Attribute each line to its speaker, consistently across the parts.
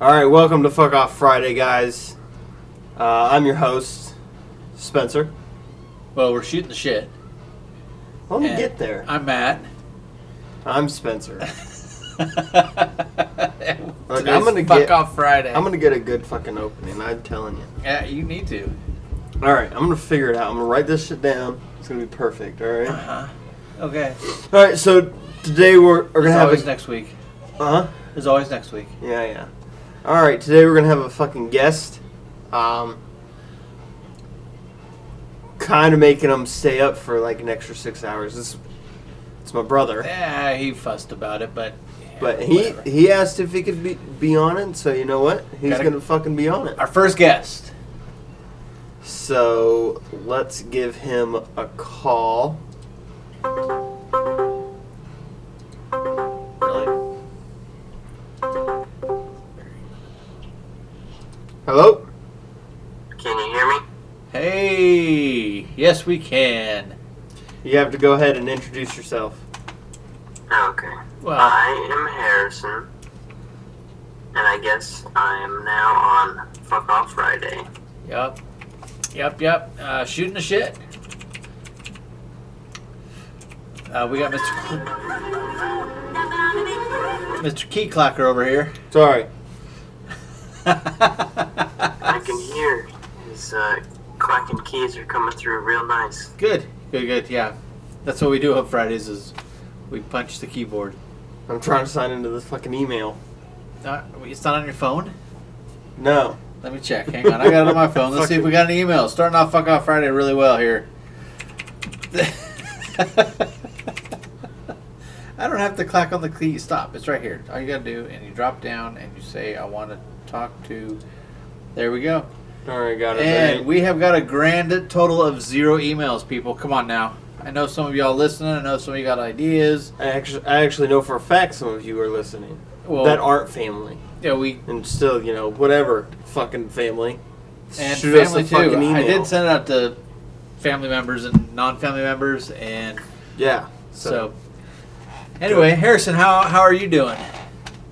Speaker 1: All right, welcome to Fuck Off Friday, guys. Uh, I'm your host, Spencer.
Speaker 2: Well, we're shooting the shit.
Speaker 1: Let me
Speaker 2: And
Speaker 1: get there.
Speaker 2: I'm Matt.
Speaker 1: I'm Spencer.
Speaker 2: Look,
Speaker 1: I'm gonna
Speaker 2: fuck
Speaker 1: get-
Speaker 2: off Friday.
Speaker 1: I'm gonna get a good fucking opening. I'm telling you.
Speaker 2: yeah, you need to.
Speaker 1: All right, I'm gonna figure it out. I'm gonna write this shit down. It's gonna be perfect. All right.
Speaker 2: Uh-huh. Okay.
Speaker 1: All right. So today we're, we're gonna
Speaker 2: As always
Speaker 1: have a
Speaker 2: next week.
Speaker 1: uh huh.
Speaker 2: As always next week.
Speaker 1: Yeah, yeah. All right. Today we're gonna have a fucking guest. Um. Kind of making him stay up for like an extra six hours. This, it's my brother.
Speaker 2: Yeah, he fussed about it, but yeah,
Speaker 1: But he
Speaker 2: whatever.
Speaker 1: he asked if he could be, be on it, so you know what? He's
Speaker 2: Gotta-
Speaker 1: gonna fucking be on it.
Speaker 2: our first guest.
Speaker 1: So let's give him a call. Really? Hello?
Speaker 3: Can you hear me?
Speaker 2: Hey, yes we can.
Speaker 1: You have to go ahead and introduce yourself.
Speaker 3: Oh, Okay.
Speaker 2: Well,
Speaker 3: I am Harrison, and I guess I am now on Fuck Off Friday.
Speaker 2: yep, yep, yep. Uh, shooting the shit. Uh, we got Mr. Mr. Key Clocker over here.
Speaker 1: Sorry.
Speaker 3: I can hear his uh, clacking keys are coming through real nice.
Speaker 2: Good, good, good. Yeah, that's what we do on Fridays is we punch the keyboard.
Speaker 1: I'm trying to sign into this fucking email.
Speaker 2: Uh, it's not on your phone.
Speaker 1: No.
Speaker 2: Let me check. Hang on, I got it on my phone. Let's see if we got an email. Starting off fuck off Friday really well here. I don't have to clack on the key. Stop. It's right here. All you gotta do, and you drop down, and you say, "I want to talk to." There we go.
Speaker 1: Alright, got it.
Speaker 2: And we have got a grand total of zero emails, people. Come on now. I know some of y'all listening. I know some of you got ideas.
Speaker 1: I actually, I actually know for a fact some of you are listening
Speaker 2: Well,
Speaker 1: that aren't family
Speaker 2: yeah, we
Speaker 1: and still, you know, whatever fucking family.
Speaker 2: and
Speaker 1: Shoot us
Speaker 2: family
Speaker 1: a
Speaker 2: too.
Speaker 1: fucking
Speaker 2: I
Speaker 1: email.
Speaker 2: did send it out to family members and non-family members, and
Speaker 1: Yeah.
Speaker 2: so. Anyway, Harrison, how how are you doing?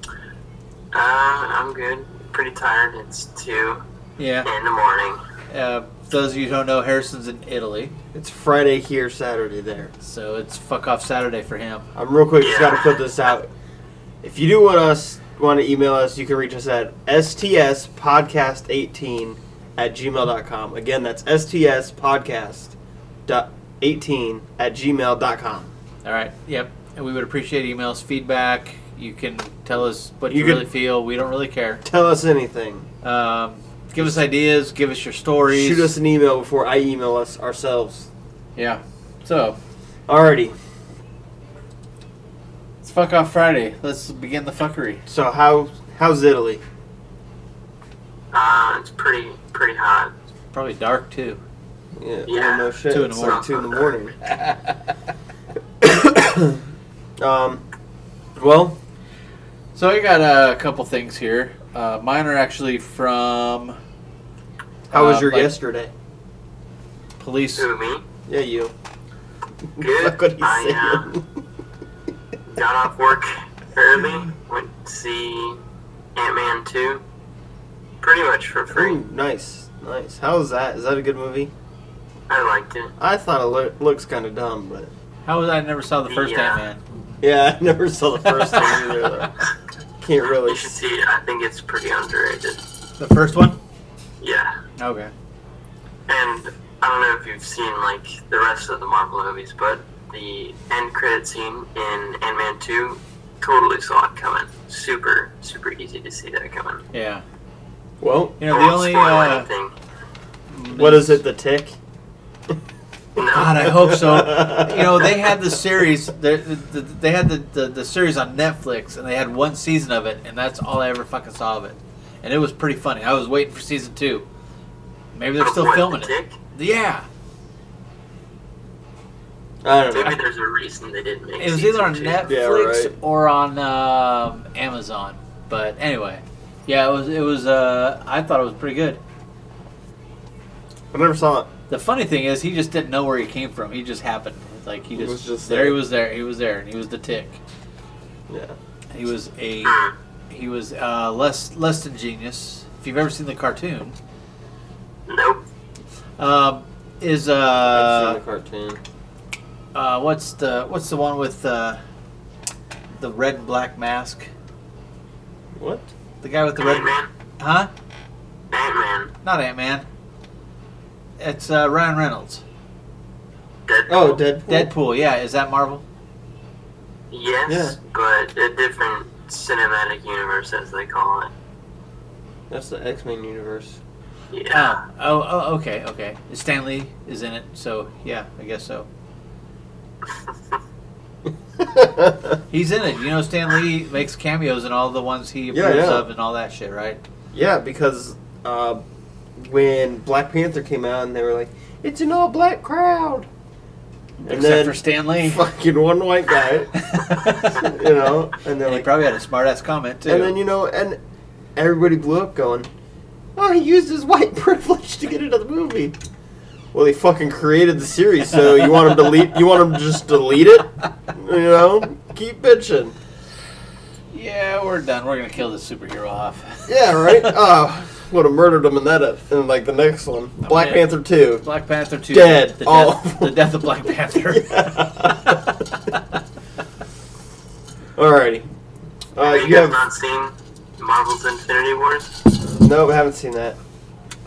Speaker 3: Uh, I'm good. Pretty tired. It's 2
Speaker 2: Yeah.
Speaker 3: in the morning.
Speaker 2: Uh, those of you who don't know, Harrison's in Italy,
Speaker 1: it's Friday here, Saturday there.
Speaker 2: so it's fuck off Saturday for him.
Speaker 1: I'm Uh, real quick. Just
Speaker 3: Yeah.
Speaker 1: got to put this out. If you do want us want to email us, you can reach us at stspodcast18 at gmail.com. Again, that's stspodcast18 at gmail.com.
Speaker 2: All right. Yep. And we would appreciate emails, feedback. You can tell us what you,
Speaker 1: You can-
Speaker 2: really feel. We don't really care.
Speaker 1: Tell us anything.
Speaker 2: Um, give us ideas. Give us your stories.
Speaker 1: Shoot us an email before I email us ourselves.
Speaker 2: Yeah. So
Speaker 1: Alrighty.
Speaker 2: it's fuck off Friday. Let's begin the fuckery.
Speaker 1: So how how's Italy?
Speaker 3: Uh, it's pretty pretty hot.
Speaker 2: Probably dark too.
Speaker 1: Yeah,
Speaker 3: Yeah,
Speaker 1: no shit.
Speaker 2: two in
Speaker 1: It's
Speaker 2: the morning.
Speaker 1: like two in the morning. um, well,
Speaker 2: Uh, So I got uh, a couple things here. Uh, mine are actually from
Speaker 1: how was
Speaker 2: Uh,
Speaker 1: your
Speaker 2: like-
Speaker 1: yesterday?
Speaker 2: police.
Speaker 3: Who, me?
Speaker 1: Yeah, you.
Speaker 3: Good.
Speaker 1: Fuck what he's
Speaker 3: I,
Speaker 1: saying.
Speaker 3: Got off work early. Went to see Ant-Man 2. Pretty much for free.
Speaker 1: Ooh, nice, nice. How was that? Is that a good movie?
Speaker 3: I liked it.
Speaker 1: I thought it loo- looks kind of dumb, but
Speaker 2: How was I never saw the first
Speaker 3: Yeah.
Speaker 2: Ant Man?
Speaker 1: yeah, I never saw the first one either. Though. Can't really.
Speaker 3: You should see it. I think it's pretty underrated.
Speaker 2: The first one?
Speaker 3: Yeah.
Speaker 2: Okay.
Speaker 3: And I don't know if you've seen like the rest of the Marvel movies, but the end credit scene in Ant Man two totally saw it coming. Super, super easy to see that coming.
Speaker 2: Yeah.
Speaker 1: Well,
Speaker 2: You
Speaker 3: I
Speaker 2: know the
Speaker 3: won't
Speaker 2: only.
Speaker 3: spoil
Speaker 2: Uh,
Speaker 3: anything.
Speaker 1: what is it? The Tick?
Speaker 3: No.
Speaker 2: God, I hope so. You know they had the series. The, the, they had the, the the series on Netflix, and they had one season of it, and that's all I ever fucking saw of it. And it was pretty funny. I was waiting for season two. Maybe they're still
Speaker 3: What, the
Speaker 2: filming it.
Speaker 3: tick?
Speaker 2: Yeah.
Speaker 1: I don't
Speaker 3: Maybe
Speaker 1: know.
Speaker 3: there's a reason they didn't make
Speaker 2: It was
Speaker 3: season
Speaker 2: either on
Speaker 3: two.
Speaker 2: Netflix
Speaker 1: right.
Speaker 2: or on um, Amazon. But anyway, yeah, it was. It was. Uh, I thought it was pretty good.
Speaker 1: I never saw it.
Speaker 2: The funny thing is, he just didn't know where he came from. He just happened. Like he
Speaker 1: He
Speaker 2: just,
Speaker 1: was just
Speaker 2: there.
Speaker 1: there.
Speaker 2: He was there. He was there, and he was the tick.
Speaker 1: Yeah.
Speaker 2: He was a He was uh, less less than genius. If you've ever seen the cartoon,
Speaker 3: Nope.
Speaker 2: um, is
Speaker 1: I've
Speaker 2: uh,
Speaker 1: seen the cartoon.
Speaker 2: uh, what's the what's the one with uh, the red and black mask?
Speaker 1: What?
Speaker 2: The guy with the red,
Speaker 3: Ant Man.
Speaker 2: huh?
Speaker 3: Ant Man.
Speaker 2: Not Ant Man. It's uh, Ryan Reynolds.
Speaker 3: Deadpool.
Speaker 1: Oh, Deadpool.
Speaker 2: Deadpool. Yeah, is that Marvel?
Speaker 3: Yes, but a different cinematic universe, as they call it.
Speaker 1: That's the X Men universe.
Speaker 3: Yeah.
Speaker 2: Oh, oh, okay, okay. Stanley is in it, so yeah, I guess so. Uh, He's in it. You know, Stan Lee makes cameos in all the ones he
Speaker 1: Yeah,
Speaker 2: approves
Speaker 1: yeah.
Speaker 2: of and all that shit, right?
Speaker 1: yeah, because uh, when Black Panther came out and they were like, "It's an all black crowd," and
Speaker 2: Except
Speaker 1: then
Speaker 2: for Stan Lee.
Speaker 1: fucking one white guy, you know, and they're
Speaker 2: And he
Speaker 1: like,
Speaker 2: probably had a smart ass comment, too.
Speaker 1: and then you know, and everybody blew up going, "Oh, he used his white privilege to get into the movie." Well, he fucking created the series, so you want him to delete? You want him to just delete it? You know, keep bitching.
Speaker 2: yeah, we're done. We're going to kill this superhero off.
Speaker 1: Yeah, right. Oh, would have murdered him in that, ep- in like the next one, Black
Speaker 2: dead.
Speaker 1: Panther two.
Speaker 2: Black Panther 2.
Speaker 1: Dead.
Speaker 2: The,
Speaker 1: Oh.
Speaker 2: death, the death of Black Panther.
Speaker 1: Alrighty. Uh,
Speaker 3: Have you
Speaker 1: you
Speaker 3: guys
Speaker 1: have
Speaker 3: not seen Marvel's Infinity Wars?
Speaker 1: no, I haven't seen that.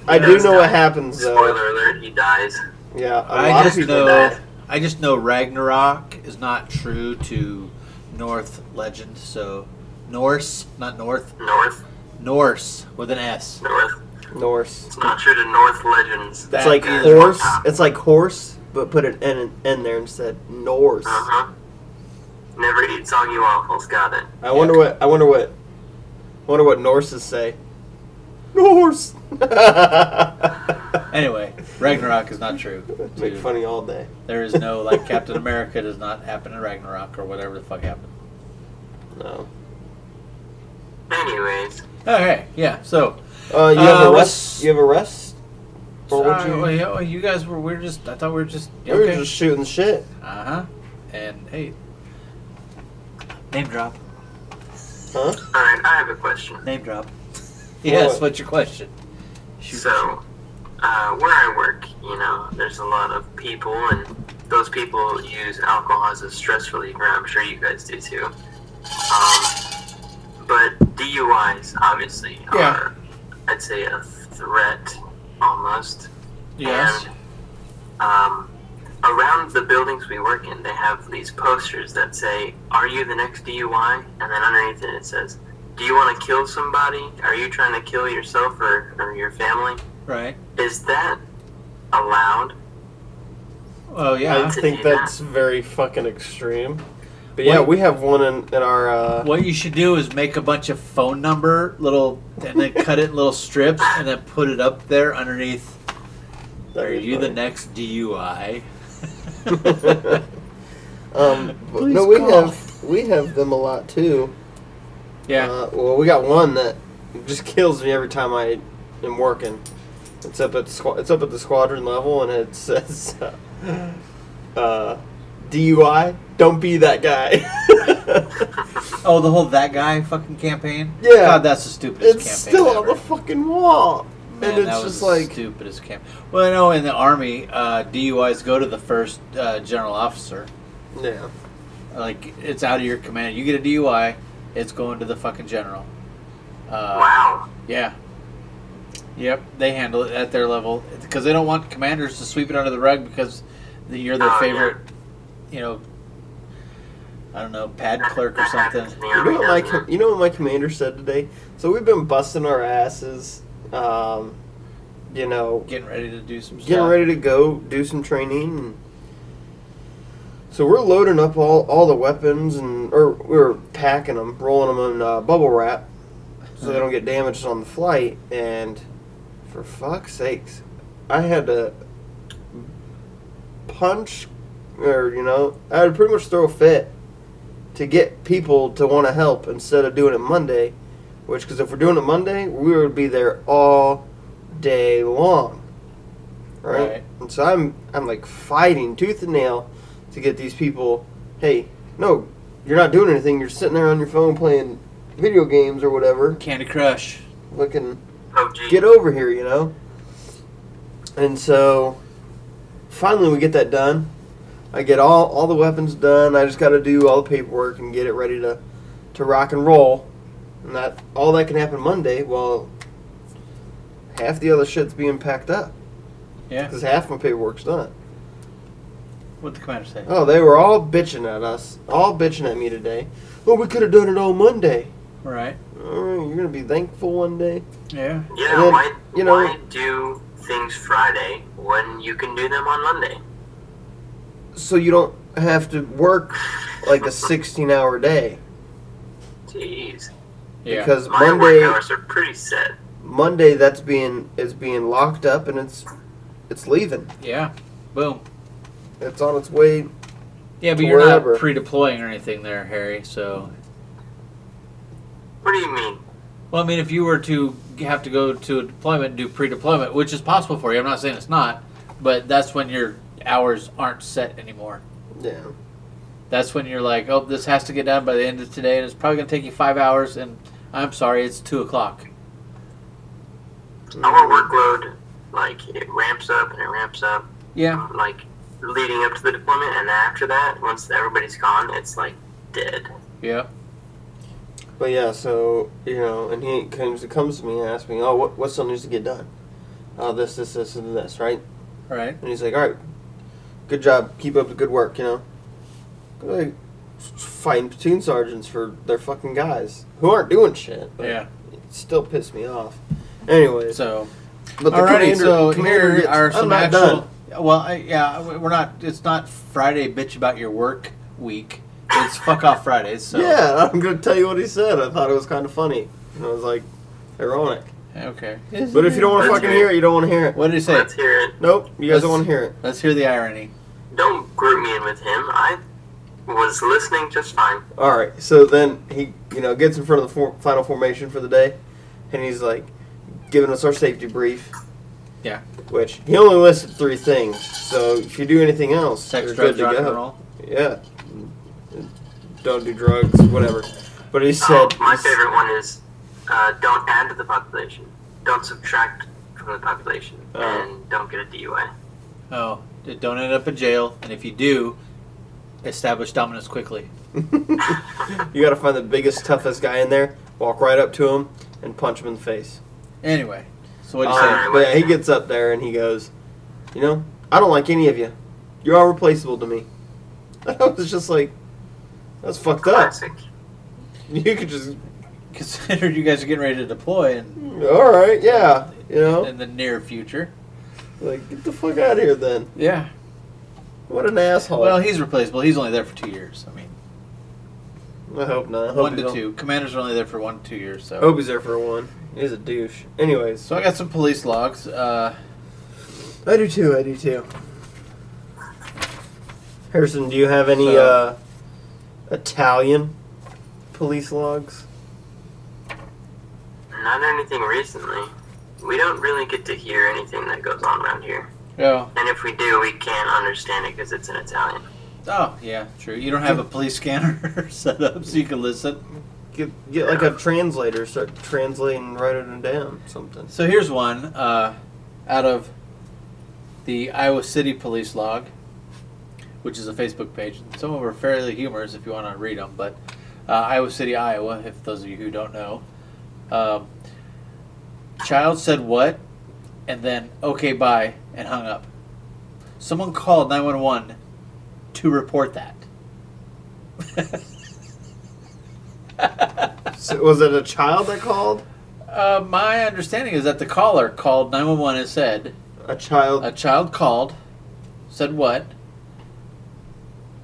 Speaker 1: I do know what happens though.
Speaker 3: Spoiler alert: He dies.
Speaker 1: Yeah, a
Speaker 2: I
Speaker 1: lot of
Speaker 2: just
Speaker 1: people.
Speaker 2: know.
Speaker 1: die.
Speaker 2: I just know Ragnarok is not true to North legend, so Norse, not North,
Speaker 3: North,
Speaker 2: Norse with an S.
Speaker 3: North.
Speaker 1: Norse.
Speaker 3: It's not true to North legends.
Speaker 2: That
Speaker 1: it's like
Speaker 2: is-
Speaker 1: horse. It's like horse, but put an N in there instead. Norse.
Speaker 3: Uh huh. Never eat soggy waffles. Got it.
Speaker 1: I wonder what. I wonder what. I wonder what Norses say. Norse.
Speaker 2: Anyway, Ragnarok is not true.
Speaker 1: Make
Speaker 2: to-
Speaker 1: funny all day.
Speaker 2: There is no like Captain America does not happen in Ragnarok or whatever the fuck happened.
Speaker 1: No.
Speaker 3: Anyways,
Speaker 2: Okay, yeah. So
Speaker 1: Uh, you
Speaker 2: Uh,
Speaker 1: have a
Speaker 2: what's-
Speaker 1: rest. You have a rest. Or would
Speaker 2: Sorry,
Speaker 1: you?
Speaker 2: well, oh, yeah, well, you guys were we are just I thought we were just
Speaker 1: We were
Speaker 2: okay.
Speaker 1: just shooting shit.
Speaker 2: Uh huh. And hey, name drop,
Speaker 1: Huh?
Speaker 3: all right. I have a question.
Speaker 2: name drop. Yes,
Speaker 1: What?
Speaker 2: what's your question? Shoot,
Speaker 3: So, uh, where I work, you know, there's a lot of people, and those people use alcohol as a stress reliever. I'm sure you guys do too. Um, but DUIs, obviously,
Speaker 2: Yeah.
Speaker 3: are, I'd say, a threat almost.
Speaker 2: shoot. yes.
Speaker 3: And, um, around the buildings we work in, they have these posters that say, Are you the next DUI? And then underneath it, it says, Do you want to kill somebody? Are you trying to kill yourself or, or your family?
Speaker 2: Right.
Speaker 3: Is that allowed?
Speaker 2: Oh yeah.
Speaker 1: I think that's very fucking extreme. But
Speaker 2: What-
Speaker 1: yeah, we have one in, in our. Uh,
Speaker 2: What you should do is make a bunch of phone number little, and then cut it in little strips, and then put it up there underneath.
Speaker 1: that'd
Speaker 2: Are
Speaker 1: be
Speaker 2: you the
Speaker 1: funny.
Speaker 2: next DUI?
Speaker 1: um, but- no,
Speaker 2: Please
Speaker 1: we
Speaker 2: call.
Speaker 1: have we have them a lot too.
Speaker 2: yeah.
Speaker 1: Uh, well, we got one that just kills me every time I am working. It's up at squa- it's up at the squadron level, and it says, uh, uh, "DUI, don't be that guy."
Speaker 2: oh, the whole that guy fucking campaign.
Speaker 1: Yeah.
Speaker 2: God, that's the stupidest
Speaker 1: it's
Speaker 2: campaign.
Speaker 1: still on the
Speaker 2: ever.
Speaker 1: fucking wall,
Speaker 2: Man,
Speaker 1: and it's
Speaker 2: that was
Speaker 1: just
Speaker 2: the
Speaker 1: like,
Speaker 2: stupidest camp. Well, I know in the army, uh, DUIs go to the first uh, general officer.
Speaker 1: yeah,
Speaker 2: Like it's out of your command. You get a DUI, it's going to the fucking general. Uh,
Speaker 3: Wow.
Speaker 2: Yeah. Yep, they handle it at their level because they don't want commanders to sweep it under the rug because the, you're their
Speaker 3: Oh, yeah.
Speaker 2: favorite, you know, I don't know, pad
Speaker 3: That-
Speaker 2: clerk or
Speaker 3: that
Speaker 2: something.
Speaker 3: happens in the
Speaker 1: You know
Speaker 3: army,
Speaker 1: what my
Speaker 3: doesn't
Speaker 1: com- you know what my commander said today. So we've been busting our asses, um, you know,
Speaker 2: Getting ready to do some
Speaker 1: getting
Speaker 2: stuff.
Speaker 1: ready to go do some training. And so we're loading up all, all the weapons and or we were packing them, rolling them in uh, bubble wrap, so they
Speaker 2: Uh-huh.
Speaker 1: don't get damaged on the flight. And for fuck's sakes, I had to punch, or you know, I had to pretty much throw a fit to get people to want to help instead of doing it Monday. Which, because if we're doing it Monday, we would be there all day long, right?
Speaker 2: Right.
Speaker 1: And so I'm, I'm like fighting tooth and nail to get these people. Hey, no, you're not doing anything. You're sitting there on your phone playing video games or whatever.
Speaker 2: Candy Crush.
Speaker 1: Looking,
Speaker 3: PUBG.
Speaker 1: get over here, you know. And so, finally, we get that done. I get all all the weapons done. I just got to do all the paperwork and get it ready to to rock and roll. And that all that can happen Monday. While half the other shit's being packed up
Speaker 2: Yeah.
Speaker 1: because half my paperwork's done.
Speaker 2: What'd the commander say?
Speaker 1: Oh, they were all bitching at us, all bitching at me today. Well, we could have done it all Monday.
Speaker 2: Right.
Speaker 1: All right, you're gonna be thankful one day.
Speaker 2: Yeah.
Speaker 3: Yeah,
Speaker 1: And then,
Speaker 3: why,
Speaker 1: you know-
Speaker 3: why do things Friday when you can do them on Monday?
Speaker 1: So you don't have to work like a 16-hour day
Speaker 3: Jeez.
Speaker 2: Yeah.
Speaker 1: because
Speaker 3: My
Speaker 1: Monday,
Speaker 3: work hours are pretty set.
Speaker 1: Monday that's being is being locked up and it's it's leaving.
Speaker 2: yeah. Boom.
Speaker 1: It's on its way.
Speaker 2: Yeah, but
Speaker 1: To
Speaker 2: you're
Speaker 1: wherever.
Speaker 2: not pre-deploying or anything there, Harry. So,
Speaker 3: What do you mean?
Speaker 2: well, I mean, if you were to have to go to a deployment and do pre-deployment, which is possible for you, I'm not saying it's not, but that's when your hours aren't set anymore.
Speaker 1: Yeah,
Speaker 2: That's when you're like, oh, this has to get done by the end of today, and it's probably going to take you five hours. And I'm sorry, it's two o'clock.
Speaker 3: Our
Speaker 1: Mm-hmm.
Speaker 3: workload, like, it ramps up and it ramps up,
Speaker 2: Yeah,
Speaker 3: like, leading up to the deployment, and after that, once everybody's gone, it's like dead.
Speaker 2: yeah,
Speaker 1: but yeah. So you know, and he comes comes to me and asks me, "Oh, what what still needs to get done? Oh, this, this, this, and this, right?"
Speaker 2: right.
Speaker 1: And he's like, "All right, good job. Keep up the good work. You know, Go like fighting platoon sergeants for their fucking guys who aren't doing shit." But
Speaker 2: Yeah.
Speaker 1: it still pissed me off. Anyway,
Speaker 2: So,
Speaker 1: but the
Speaker 2: alrighty.
Speaker 1: commander,
Speaker 2: So
Speaker 1: commander
Speaker 2: here
Speaker 1: gets,
Speaker 2: are some
Speaker 1: I'm not
Speaker 2: actual.
Speaker 1: done.
Speaker 2: Well, I, yeah, we- we're not. It's not Friday, bitch about your work week. It's fuck off Fridays. So
Speaker 1: Yeah, I'm gonna tell you what he said. I thought it was kind of funny, and I was like, ironic.
Speaker 2: Okay.
Speaker 1: But if you don't want to
Speaker 3: Let's
Speaker 1: fucking
Speaker 3: hear it.
Speaker 1: hear it, you don't want to hear it.
Speaker 2: What did he say?
Speaker 3: Let's hear it.
Speaker 1: Nope, you guys don't
Speaker 2: Let's-
Speaker 1: want to hear it.
Speaker 2: Let's hear the irony.
Speaker 3: Don't group me in with him. I was listening just fine.
Speaker 1: All right. So then he, you know, gets in front of the for- final formation for the day, and he's like, giving us our safety brief.
Speaker 2: Yeah.
Speaker 1: Which he only listed three things. So if you do anything else,
Speaker 2: Sex,
Speaker 1: you're
Speaker 2: drugs,
Speaker 1: good
Speaker 2: rock
Speaker 1: to
Speaker 2: and
Speaker 1: go.
Speaker 2: roll.
Speaker 1: Yeah. Don't do drugs, whatever. But he said,
Speaker 3: Oh, my favorite one is uh, don't add to the population, don't subtract from the population,
Speaker 1: Oh.
Speaker 3: and don't get a DUI.
Speaker 2: Oh, d- don't end up in jail. And if you do, establish dominance quickly.
Speaker 1: you got to find the biggest, toughest guy in there, walk right up to him, and punch him in the face.
Speaker 2: Anyway, so what do you
Speaker 1: Um,
Speaker 2: say?
Speaker 3: Alright.
Speaker 1: but yeah, he gets up there and he goes, you know, I don't like any of you. You're all replaceable to me. I was just like, that's fucked up.
Speaker 3: Classic.
Speaker 1: You could just,
Speaker 2: Consider you guys are getting ready to deploy in,
Speaker 1: all right, yeah, you know,
Speaker 2: in the near future.
Speaker 1: like get the fuck out of here then.
Speaker 2: Yeah.
Speaker 1: What an asshole.
Speaker 2: Well, he's replaceable. He's only there for two years. I mean,
Speaker 1: I hope not. I hope
Speaker 2: one
Speaker 1: he
Speaker 2: to
Speaker 1: don't-
Speaker 2: two. Commanders are only there for one to two years. So,
Speaker 1: I hope he's there for one. He's a douche. Anyways,
Speaker 2: so I got some police logs. Uh,
Speaker 1: I do too. I do too. Harrison, do you have any
Speaker 2: So-
Speaker 1: uh, Italian police logs?
Speaker 3: Not anything recently. We don't really get to hear anything that goes on around here.
Speaker 2: oh,
Speaker 3: And if we do, we can't understand it because it's in Italian.
Speaker 2: oh, yeah, true. You don't have a police scanner set up so you can listen.
Speaker 1: Get get like a translator, start translating, writing it down, something.
Speaker 2: So here's one uh, out of the Iowa City Police Log, which is a Facebook page. Some of them are fairly humorous if you want to read them, but uh, Iowa City, Iowa, if those of you who don't know. Um, child said what, and then, okay, bye, and hung up. Someone called 911 to report that.
Speaker 1: So, was it a child that called?
Speaker 2: Uh, my understanding is that the caller called 911 and said,
Speaker 1: A child.
Speaker 2: a child called, said what,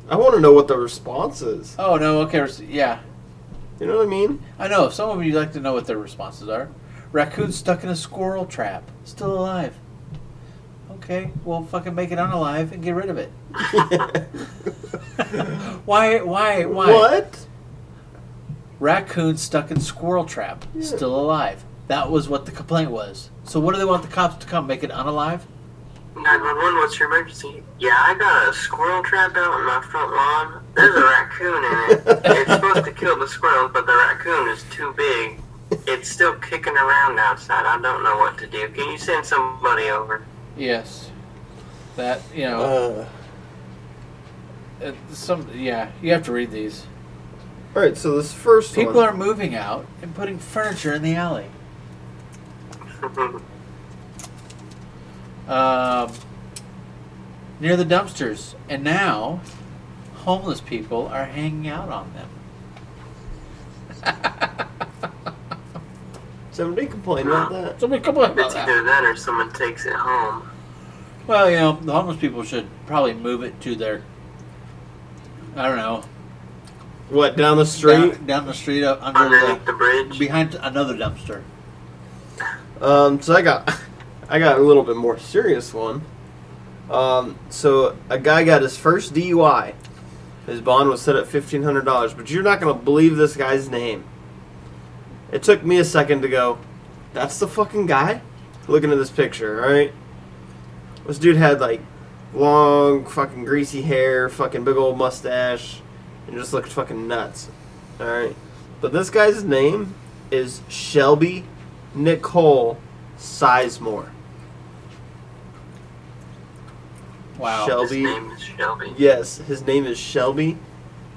Speaker 1: I want to know what the response is.
Speaker 2: Oh no, okay, res- yeah,
Speaker 1: You know what I mean?
Speaker 2: I know. Some of you like to know what their responses are. Raccoon stuck in a squirrel trap, still alive. Okay, well, fucking make it unalive and get rid of it. why? Why? Why?
Speaker 1: What?
Speaker 2: Raccoon stuck in squirrel trap,
Speaker 1: Yeah.
Speaker 2: still alive. That was what the complaint was. So what do they want the cops to come make it unalive?
Speaker 3: 911, what's your emergency? Yeah, I got a squirrel trap out in my front lawn. There's a raccoon in it. It's supposed to kill the squirrel, but the raccoon is too big. It's still kicking around outside. I don't know what to do. Can you send somebody over?
Speaker 2: Yes. That you know,
Speaker 1: Uh,
Speaker 2: it- some yeah, you have to read these.
Speaker 1: all right, so this first
Speaker 2: People
Speaker 1: one.
Speaker 2: are moving out and putting furniture in the alley. Um, near the dumpsters, and now homeless people are hanging out on them.
Speaker 1: Somebody complained about that.
Speaker 2: So I mean, come on.
Speaker 3: it's
Speaker 2: About that.
Speaker 3: either that or someone takes it home.
Speaker 2: Well, you know, the homeless people should probably move it to their, I don't know,
Speaker 1: What down the street?
Speaker 2: down, down the street uh, under
Speaker 3: Underneath
Speaker 2: the
Speaker 3: the bridge?
Speaker 2: behind another dumpster.
Speaker 1: Um, so I got, I got a little bit more serious one. Um, so a guy got his first DUI. His bond was set at fifteen hundred dollars, but you're not gonna believe this guy's name. It took me a second to go. That's the fucking guy. Looking at this picture, all right. This dude had like long, fucking greasy hair, fucking big old mustache, and just looked fucking nuts. All right. But this guy's name is Shelby Nicole Sizemore.
Speaker 2: Wow.
Speaker 1: Shelby.
Speaker 3: His name is Shelby.
Speaker 1: Yes, his name is Shelby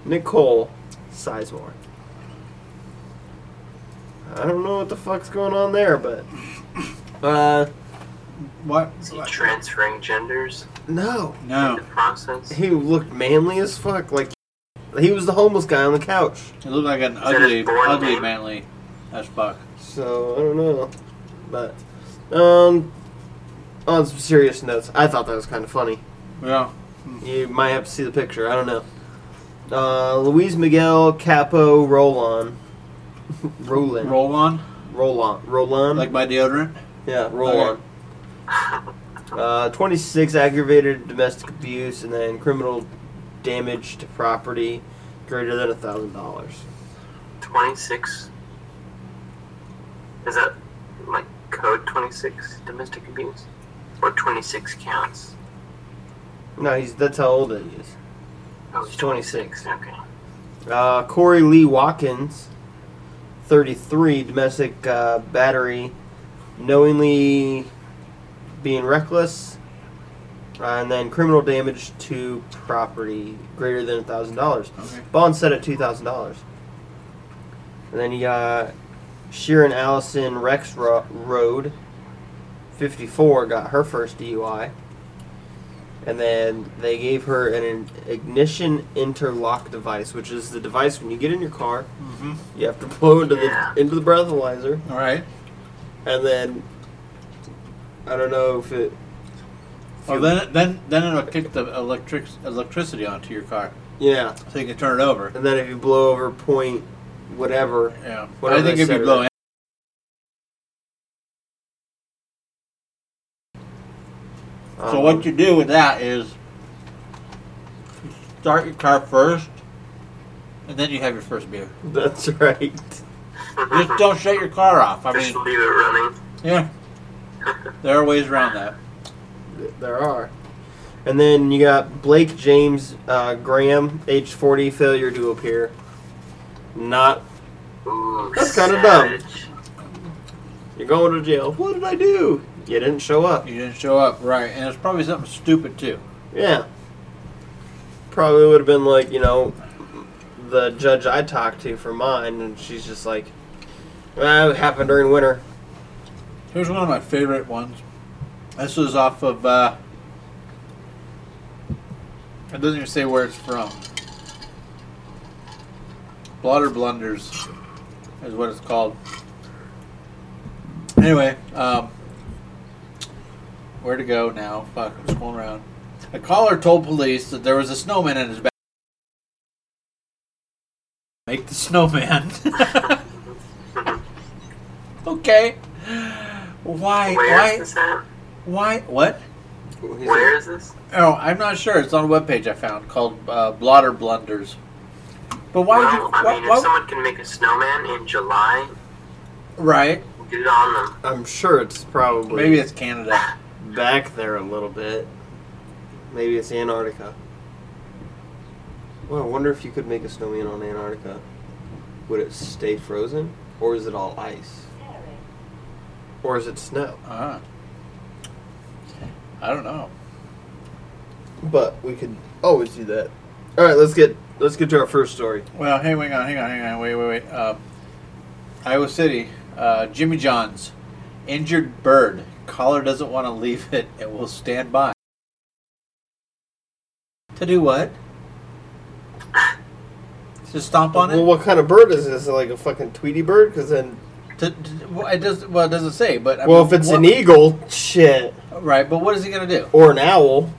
Speaker 1: Nicole Sizemore. I don't know what the fuck's going on there, but uh,
Speaker 2: What?
Speaker 3: Is he transferring genders
Speaker 1: no,
Speaker 3: in
Speaker 2: No,
Speaker 3: the process?
Speaker 1: he looked manly as fuck. Like he was the homeless guy on the couch.
Speaker 2: it looked like an
Speaker 3: that
Speaker 2: ugly,
Speaker 3: his born
Speaker 2: ugly
Speaker 3: name?
Speaker 2: manly as fuck.
Speaker 1: So I don't know, but um, on some serious notes, I thought that was kind of funny.
Speaker 2: Yeah.
Speaker 1: You might have to see the picture. I don't know. Uh, Luis Miguel Capo Rolon. Roland.
Speaker 2: Roll on,
Speaker 1: Roland. Roland.
Speaker 2: like my deodorant.
Speaker 1: yeah,
Speaker 2: Okay.
Speaker 1: Roland. Uh, 26 aggravated domestic abuse and then criminal damage to property greater than a thousand dollars.
Speaker 3: 26? Is that like code 26 domestic abuse? Or 26 counts?
Speaker 1: No, he's that's how old he is.
Speaker 3: Oh, he's
Speaker 1: It's 26.
Speaker 3: 26. Okay.
Speaker 1: Uh, Corey Lee Watkins, 33, domestic uh, battery, knowingly being reckless, uh, and then criminal damage to property greater than a thousand dollars.
Speaker 2: Okay.
Speaker 1: Bond set at two thousand dollars. And then you got Sharon Allison Rex Ro- Road, fifty-four, got her first DUI. And then they gave her an ignition interlock device, which is the device when you get in your car,
Speaker 2: Mm-hmm.
Speaker 1: you have to blow into
Speaker 3: Yeah.
Speaker 1: the into the breathalyzer,
Speaker 2: All right.
Speaker 1: and then I don't know if it.
Speaker 2: Well, Oh, then, then, then it'll kick the electric electricity onto your car,
Speaker 1: Yeah,
Speaker 2: so you can turn it over.
Speaker 1: and then if you blow over point, whatever,
Speaker 2: Yeah.
Speaker 1: Whatever
Speaker 2: I think
Speaker 1: they
Speaker 2: if you
Speaker 1: said
Speaker 2: blow, in, so
Speaker 1: um,
Speaker 2: what you do with that is you start your car first, and then you have your first beer.
Speaker 1: That's right. Mm-hmm.
Speaker 2: Just don't shut your car off. I
Speaker 3: Just
Speaker 2: mean,
Speaker 3: leave it running.
Speaker 2: yeah. There are ways around that.
Speaker 1: Th- There are. And then you got Blake James uh, Graham, age 40, failure to appear. Not,
Speaker 3: Ooh,
Speaker 1: That's kinda dumb.
Speaker 3: savage.
Speaker 1: you're going to jail. What did I do? You didn't show up.
Speaker 2: You didn't show up, right? And it's probably something stupid too.
Speaker 1: Yeah. Probably would have been like, you know, the judge I talked to for mine, and she's just like, well, it happened during winter.
Speaker 2: Here's one of my favorite ones. This was off of. Uh, it doesn't even say where it's from. Blotter Blunders is what it's called. Anyway, um, where to go now? Fuck, I'm scrolling around. A caller told police that there was a snowman in his back. Make the snowman. okay. Why?
Speaker 3: Where
Speaker 2: why?
Speaker 3: is this at?
Speaker 2: Why? What?
Speaker 1: He's like,
Speaker 3: Where is this?
Speaker 2: Oh, I'm not sure. It's on a webpage I found called uh, Blotter Blunders. But why would you?
Speaker 3: well, I
Speaker 2: why-
Speaker 3: mean,
Speaker 2: why-
Speaker 3: if someone can make a snowman in July,
Speaker 2: right?
Speaker 3: get it on them.
Speaker 1: I'm sure it's probably
Speaker 2: Maybe it's Canada.
Speaker 1: back there a little bit. Maybe it's Antarctica. Well, I wonder if you could make a snowman on Antarctica. Would it stay frozen, or is it all ice, or is it snow?
Speaker 4: Uh,
Speaker 2: Ah.
Speaker 4: I don't know.
Speaker 1: But we could always do that. All right, let's get let's get to our first story.
Speaker 4: Well, hey, hang on, hang on, hang on, wait, wait, wait. Uh,
Speaker 2: Um,
Speaker 4: Iowa City, uh, Jimmy John's, injured bird. Caller doesn't want to leave it and will stand by.
Speaker 2: To do what? Just stomp on
Speaker 1: Well,
Speaker 2: it.
Speaker 1: what kind of bird is this? Like a fucking Tweety bird? Because then,
Speaker 2: To, to, well, it does. Well, it doesn't say. But I
Speaker 1: well,
Speaker 2: mean,
Speaker 1: if it's
Speaker 2: what-
Speaker 1: an e- eagle, shit,
Speaker 2: right? But what is he gonna do?
Speaker 1: or an owl,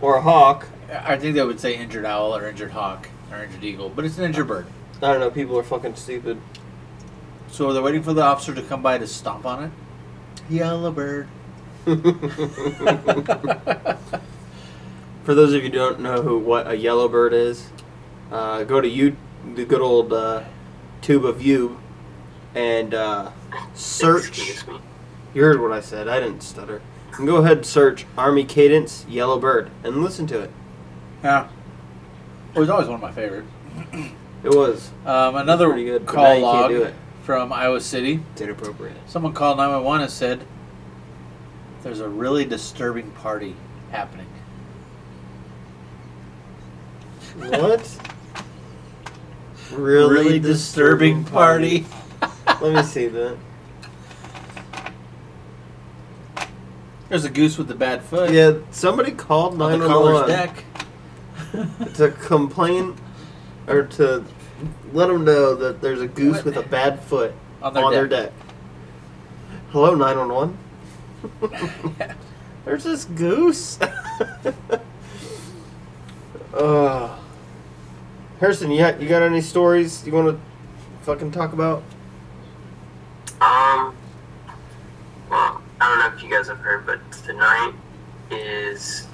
Speaker 1: or a hawk.
Speaker 2: I think they would say injured owl or injured hawk or injured eagle, but it's an injured bird.
Speaker 1: I don't know. People are fucking stupid.
Speaker 2: So they're waiting for the officer to come by to stomp on it. Yellow bird.
Speaker 1: For those of you who don't know who what a yellow bird is, uh, go to you the good old uh, tube of you and uh, search.
Speaker 3: Excuse me.
Speaker 1: You heard what I said. I didn't stutter. You can go ahead and search Army Cadence Yellow Bird and listen to it.
Speaker 4: Yeah. It was always one of my favorites.
Speaker 1: It was
Speaker 4: Um, another
Speaker 1: pretty good, but now
Speaker 4: call
Speaker 1: you can't do
Speaker 4: log
Speaker 1: it.
Speaker 4: from Iowa City.
Speaker 1: It's inappropriate.
Speaker 4: Someone called 911 and said, There's a really disturbing party happening.
Speaker 1: What?
Speaker 2: Really, disturbing, party.
Speaker 1: Let me see that.
Speaker 2: There's a goose with the bad foot
Speaker 1: Yeah, somebody called
Speaker 2: on the caller's
Speaker 1: 911
Speaker 2: deck.
Speaker 1: to complain or to let them know that there's a goose
Speaker 2: What?
Speaker 1: with a bad foot
Speaker 2: On their deck.
Speaker 1: Hello, 911. There's this goose. uh, Harrison, you, ha- you got any stories you want to fucking talk about?
Speaker 3: Um, well, I don't know if you guys have heard, but tonight is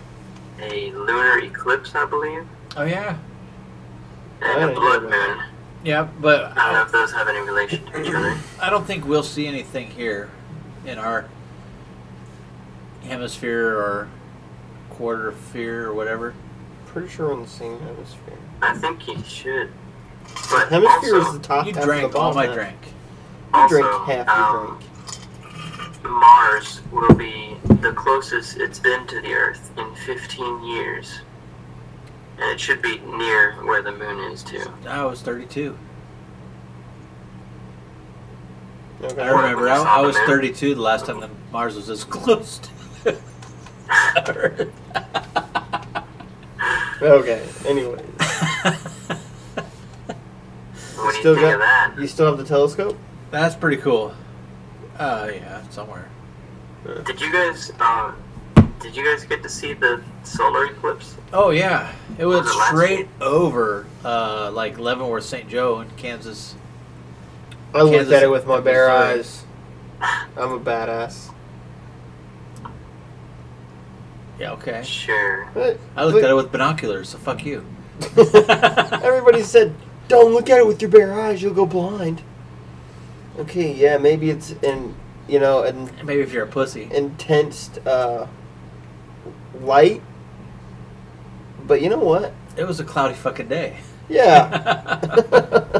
Speaker 3: a lunar eclipse, I believe,
Speaker 2: Oh yeah,
Speaker 3: and
Speaker 1: Right.
Speaker 3: a blood moon.
Speaker 2: yeah. But
Speaker 3: I don't
Speaker 2: I,
Speaker 3: know if those have any relation to each other.
Speaker 2: I don't think we'll see anything here in our hemisphere or quarter sphere or whatever.
Speaker 1: Pretty sure on the same hemisphere.
Speaker 3: I think you should. But
Speaker 1: Hemisphere is
Speaker 3: also,
Speaker 1: the top
Speaker 2: You
Speaker 1: half of
Speaker 2: drank
Speaker 1: the
Speaker 2: all
Speaker 1: bottom
Speaker 2: my
Speaker 1: half.
Speaker 2: drink.
Speaker 1: You
Speaker 3: also,
Speaker 1: drink half. You
Speaker 3: um,
Speaker 1: drink.
Speaker 3: Mars will be the closest it's been to the Earth in 15 years. And it should be near where the moon is, too.
Speaker 2: I was 32. I
Speaker 1: Okay.
Speaker 2: remember. I, I was 32 the last time that Mars was this close. To Earth.
Speaker 1: okay. Anyway,
Speaker 3: What do
Speaker 1: still
Speaker 3: you think
Speaker 1: got-
Speaker 3: of that?
Speaker 1: you still have the telescope?
Speaker 2: That's pretty cool. Uh, yeah, somewhere.
Speaker 3: Did you guys, um, did you guys get to see the solar eclipse?
Speaker 2: Oh yeah, it was
Speaker 3: Was it last
Speaker 2: straight
Speaker 3: year?
Speaker 2: over uh, like Leavenworth, St. Joe, in Kansas.
Speaker 1: I looked
Speaker 2: Kansas
Speaker 1: at it with my
Speaker 2: and
Speaker 1: bare
Speaker 2: Missouri.
Speaker 1: eyes. I'm a badass.
Speaker 2: Yeah, okay.
Speaker 3: Sure.
Speaker 2: I looked at it with binoculars, so fuck you.
Speaker 1: Everybody said, "Don't look at it with your bare eyes; you'll go blind." Okay, yeah, maybe it's in you know an
Speaker 2: Maybe if you're a pussy.
Speaker 1: intense uh, light, but you know what?
Speaker 2: It was a cloudy fucking day.
Speaker 1: Yeah,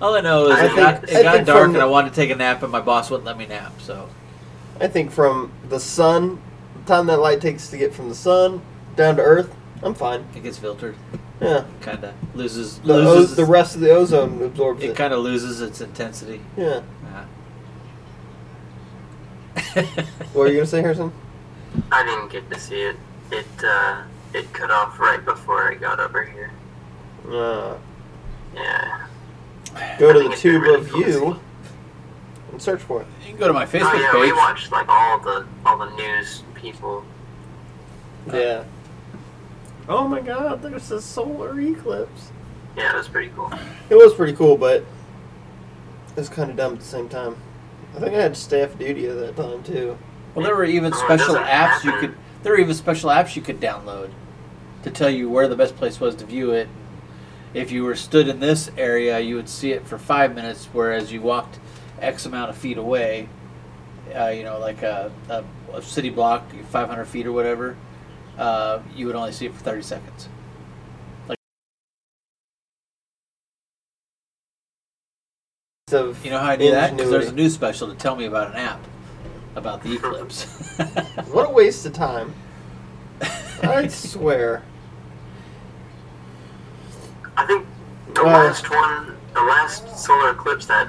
Speaker 2: All I know is
Speaker 3: I
Speaker 2: it
Speaker 3: think-
Speaker 2: got,
Speaker 3: I
Speaker 2: it got
Speaker 1: think
Speaker 2: dark
Speaker 1: from
Speaker 2: and
Speaker 1: the-
Speaker 2: I wanted to take a nap, and my boss wouldn't let me nap. So
Speaker 1: I think from the sun, the time that light takes to get from the sun down to Earth, I'm fine.
Speaker 2: it gets filtered,
Speaker 1: Yeah,
Speaker 2: kind of loses
Speaker 1: the, o-
Speaker 2: loses
Speaker 1: the rest of the ozone absorbs
Speaker 2: It
Speaker 1: it.
Speaker 2: kind of loses its intensity.
Speaker 1: yeah,
Speaker 2: Yeah.
Speaker 1: what were you gonna say, Harrison?
Speaker 3: I didn't get to see it. It, uh, it cut off right before I got over here.
Speaker 1: Uh,
Speaker 3: Yeah.
Speaker 1: go
Speaker 3: I
Speaker 1: to
Speaker 3: think
Speaker 1: the
Speaker 3: it'd be
Speaker 1: tube
Speaker 3: really
Speaker 1: of
Speaker 3: cool to see.
Speaker 1: you and search for it.
Speaker 2: you can go to my Facebook
Speaker 3: Oh yeah, we
Speaker 2: page.
Speaker 3: watched like all the all the news people.
Speaker 1: Yeah. Oh my god, there's a solar eclipse.
Speaker 3: Yeah, it was pretty cool.
Speaker 1: It was pretty cool, but it was kind of dumb at the same time. I think I had staff duty at that time too.
Speaker 2: Well, there were even
Speaker 3: Oh, it
Speaker 2: special
Speaker 3: doesn't
Speaker 2: apps you
Speaker 3: happen.
Speaker 2: could. There were even special apps you could download to tell you where the best place was to view it. If you were stood in this area, you would see it for five minutes, whereas you walked X amount of feet away, uh, you know, like a, a, a city block, 500 feet or whatever, uh, you would only see it for 30 seconds.
Speaker 1: Of,
Speaker 2: You know how I do that? Because there's a
Speaker 1: ingenuity.
Speaker 2: news special to tell me about an app about the eclipse.
Speaker 1: What a waste of time. I swear.
Speaker 3: I think the
Speaker 1: Uh,
Speaker 3: last one, the last solar eclipse that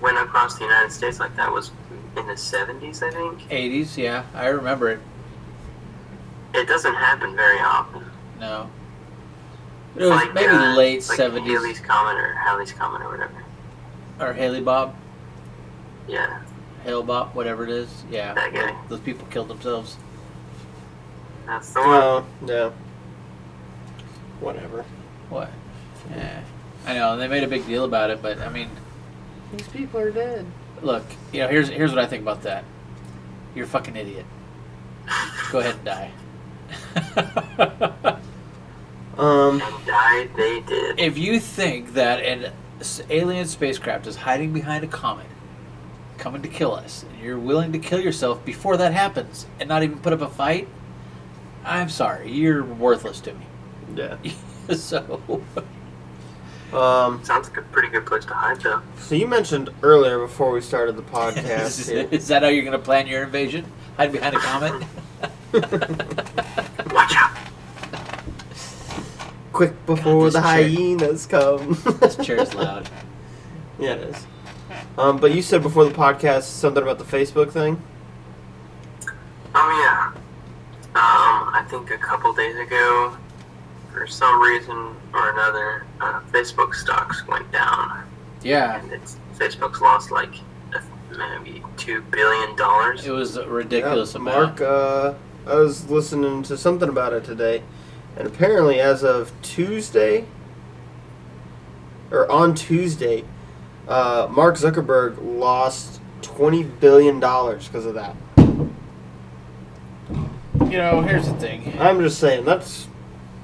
Speaker 3: went across the United States like that was in the 70s, I think.
Speaker 2: 80s, yeah, I remember it.
Speaker 3: It doesn't happen very often.
Speaker 2: No. It was maybe
Speaker 3: uh,
Speaker 2: late
Speaker 3: like
Speaker 2: 70s
Speaker 3: Haley's Comet or Halley's Comet or whatever.
Speaker 2: or Haley Bob,
Speaker 3: Yeah,
Speaker 2: Hale Bob, whatever it is. Yeah.
Speaker 3: That guy.
Speaker 2: Those people killed themselves.
Speaker 3: that's the one.
Speaker 1: No, no. Whatever.
Speaker 2: What? Yeah. I know, and they made a big deal about it, but I mean,
Speaker 1: These people are dead.
Speaker 2: look, you know, here's here's what I think about that. You're a fucking idiot. Go ahead and die.
Speaker 1: Um,
Speaker 3: And died, they did.
Speaker 2: if you think that an s- alien spacecraft is hiding behind a comet, coming to kill us, and you're willing to kill yourself before that happens and not even put up a fight, I'm sorry, you're worthless to me.
Speaker 1: yeah.
Speaker 2: so,
Speaker 1: Um,
Speaker 3: Sounds like a pretty good place to hide, though.
Speaker 1: so you mentioned earlier before we started the podcast.
Speaker 2: is,
Speaker 1: here-
Speaker 2: is that how you're going to plan your invasion? Hide behind a comet?
Speaker 3: Watch out!
Speaker 1: Quick before
Speaker 2: this
Speaker 1: the
Speaker 2: chair-
Speaker 1: hyenas come.
Speaker 2: this chair's loud.
Speaker 1: Yeah, it is. Um, but you said before the podcast something about the Facebook thing.
Speaker 3: Oh yeah. Um, I think a couple days ago, for some reason or another, uh, Facebook stocks went down,
Speaker 2: Yeah,
Speaker 3: and it's, Facebook's lost like a- maybe two billion dollars.
Speaker 2: it was a ridiculous
Speaker 1: Yeah,
Speaker 2: amount.
Speaker 1: Mark, uh, I was listening to something about it today, and apparently, as of Tuesday, or on Tuesday, uh, Mark Zuckerberg lost twenty billion dollars because of that. uh,
Speaker 2: You know, here's the thing.
Speaker 1: I'm just saying that's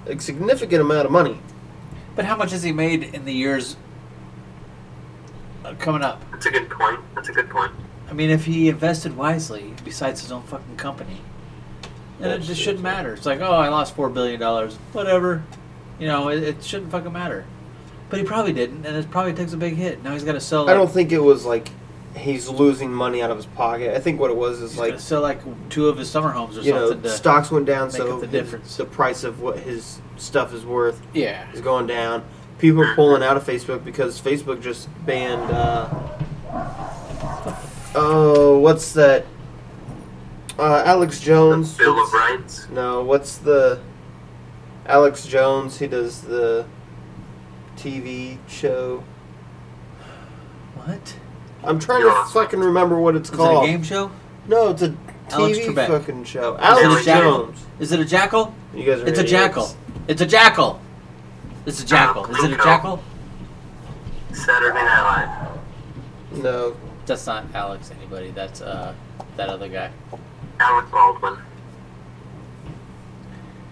Speaker 1: a significant amount of money.
Speaker 2: But how much has he made in the years uh, coming up?
Speaker 3: That's a good point. That's a good point.
Speaker 2: I mean, if he invested wisely, besides his own fucking company, then it
Speaker 1: That's
Speaker 2: just
Speaker 1: true,
Speaker 2: shouldn't
Speaker 1: too.
Speaker 2: matter. It's like, oh, I lost four billion dollars. Whatever, you know, it, it shouldn't fucking matter. But he probably didn't, and it probably takes a big hit. Now he's got to sell.
Speaker 1: I
Speaker 2: Like,
Speaker 1: don't think it was like he's losing money out of his pocket. I think what it was is
Speaker 2: he's
Speaker 1: like
Speaker 2: gonna sell like two of his summer homes or
Speaker 1: you know
Speaker 2: something. to,
Speaker 1: stocks went down,
Speaker 2: make
Speaker 1: so
Speaker 2: up the
Speaker 1: his-
Speaker 2: difference.
Speaker 1: the price of what his stuff is worth
Speaker 2: yeah,
Speaker 1: is going down. People are pulling out of Facebook because Facebook just banned. Uh, oh, what's that? Uh, Alex Jones.
Speaker 3: The Bill of
Speaker 1: what's-
Speaker 3: Rights.
Speaker 1: No, what's the Alex Jones? He does the TV show.
Speaker 2: what? Is
Speaker 1: I'm trying
Speaker 3: You're
Speaker 1: to
Speaker 3: awesome.
Speaker 1: fucking remember what it's
Speaker 2: it
Speaker 1: called.
Speaker 2: a game show?
Speaker 1: No, it's a
Speaker 2: Alex
Speaker 1: TV
Speaker 2: Trebek.
Speaker 1: fucking show.
Speaker 3: Alex
Speaker 1: Alex
Speaker 3: Trebek.
Speaker 1: Jones.
Speaker 2: Is it a jackal?
Speaker 1: You guys are.
Speaker 2: It's a
Speaker 1: idiots.
Speaker 2: jackal. It's a jackal. It's a jackal. Is it a jackal?
Speaker 3: Saturday Night
Speaker 1: No,
Speaker 2: That's not Alex. Anybody? That's uh, that other guy.
Speaker 3: Live. Alec Baldwin.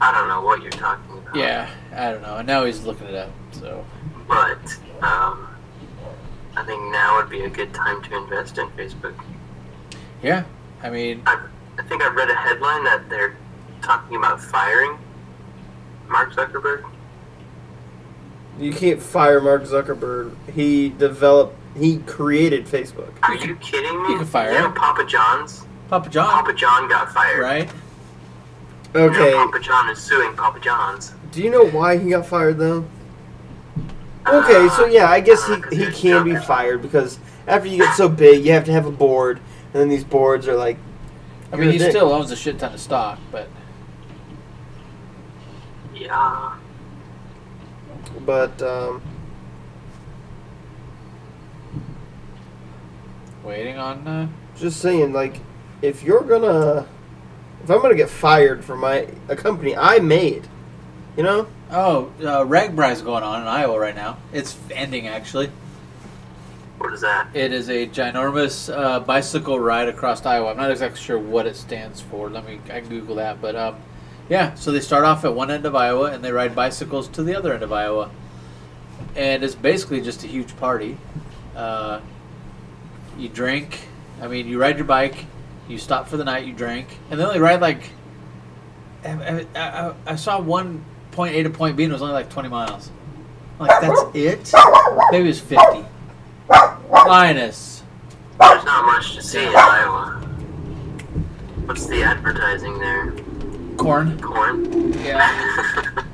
Speaker 3: I don't know what you're talking about.
Speaker 2: Yeah, I don't know. And now he's looking it up. So
Speaker 3: But um, I think now would be a good time to invest in Facebook.
Speaker 2: yeah, I mean,
Speaker 3: I, I think I read a headline that they're talking about firing Mark Zuckerberg.
Speaker 1: you can't fire Mark Zuckerberg. He developed. He created Facebook.
Speaker 3: Are you kidding me?
Speaker 2: You can fire
Speaker 3: know
Speaker 2: him.
Speaker 3: Papa John's.
Speaker 2: Papa John,
Speaker 3: Papa John got fired.
Speaker 2: right?
Speaker 3: You know
Speaker 1: Okay.
Speaker 3: Papa John is suing Papa John's.
Speaker 1: Do you know why he got fired though? Okay, so yeah, I guess he, he can be fired because after you get so big, you have to have a board, and then these boards are like,
Speaker 2: I
Speaker 1: You're
Speaker 2: mean,
Speaker 1: a
Speaker 2: he
Speaker 1: dick.
Speaker 2: still owns a shit ton of stock, but
Speaker 3: Yeah.
Speaker 1: but um,
Speaker 2: waiting on. Uh,
Speaker 1: just saying, like, if you're gonna, if I'm gonna get fired from my a company I made, you know,
Speaker 2: oh, uh, Ragbry's going on in Iowa right now. It's ending actually.
Speaker 3: What is that?
Speaker 2: It is a ginormous uh, bicycle ride across Iowa. I'm not exactly sure what it stands for. Let me I can Google that. But um, yeah, so they start off at one end of Iowa and they ride bicycles to the other end of Iowa, and it's basically just a huge party. Uh, you drink. I mean, you ride your bike. You stop for the night. You drink, and they only ride like. I, I, I, I saw one point A to point B, and it was only like twenty miles. I'm like that's it. Maybe it was fifty. Linus.
Speaker 3: There's not much to see in Iowa. What's the advertising there?
Speaker 2: Corn.
Speaker 3: Corn?
Speaker 2: Yeah.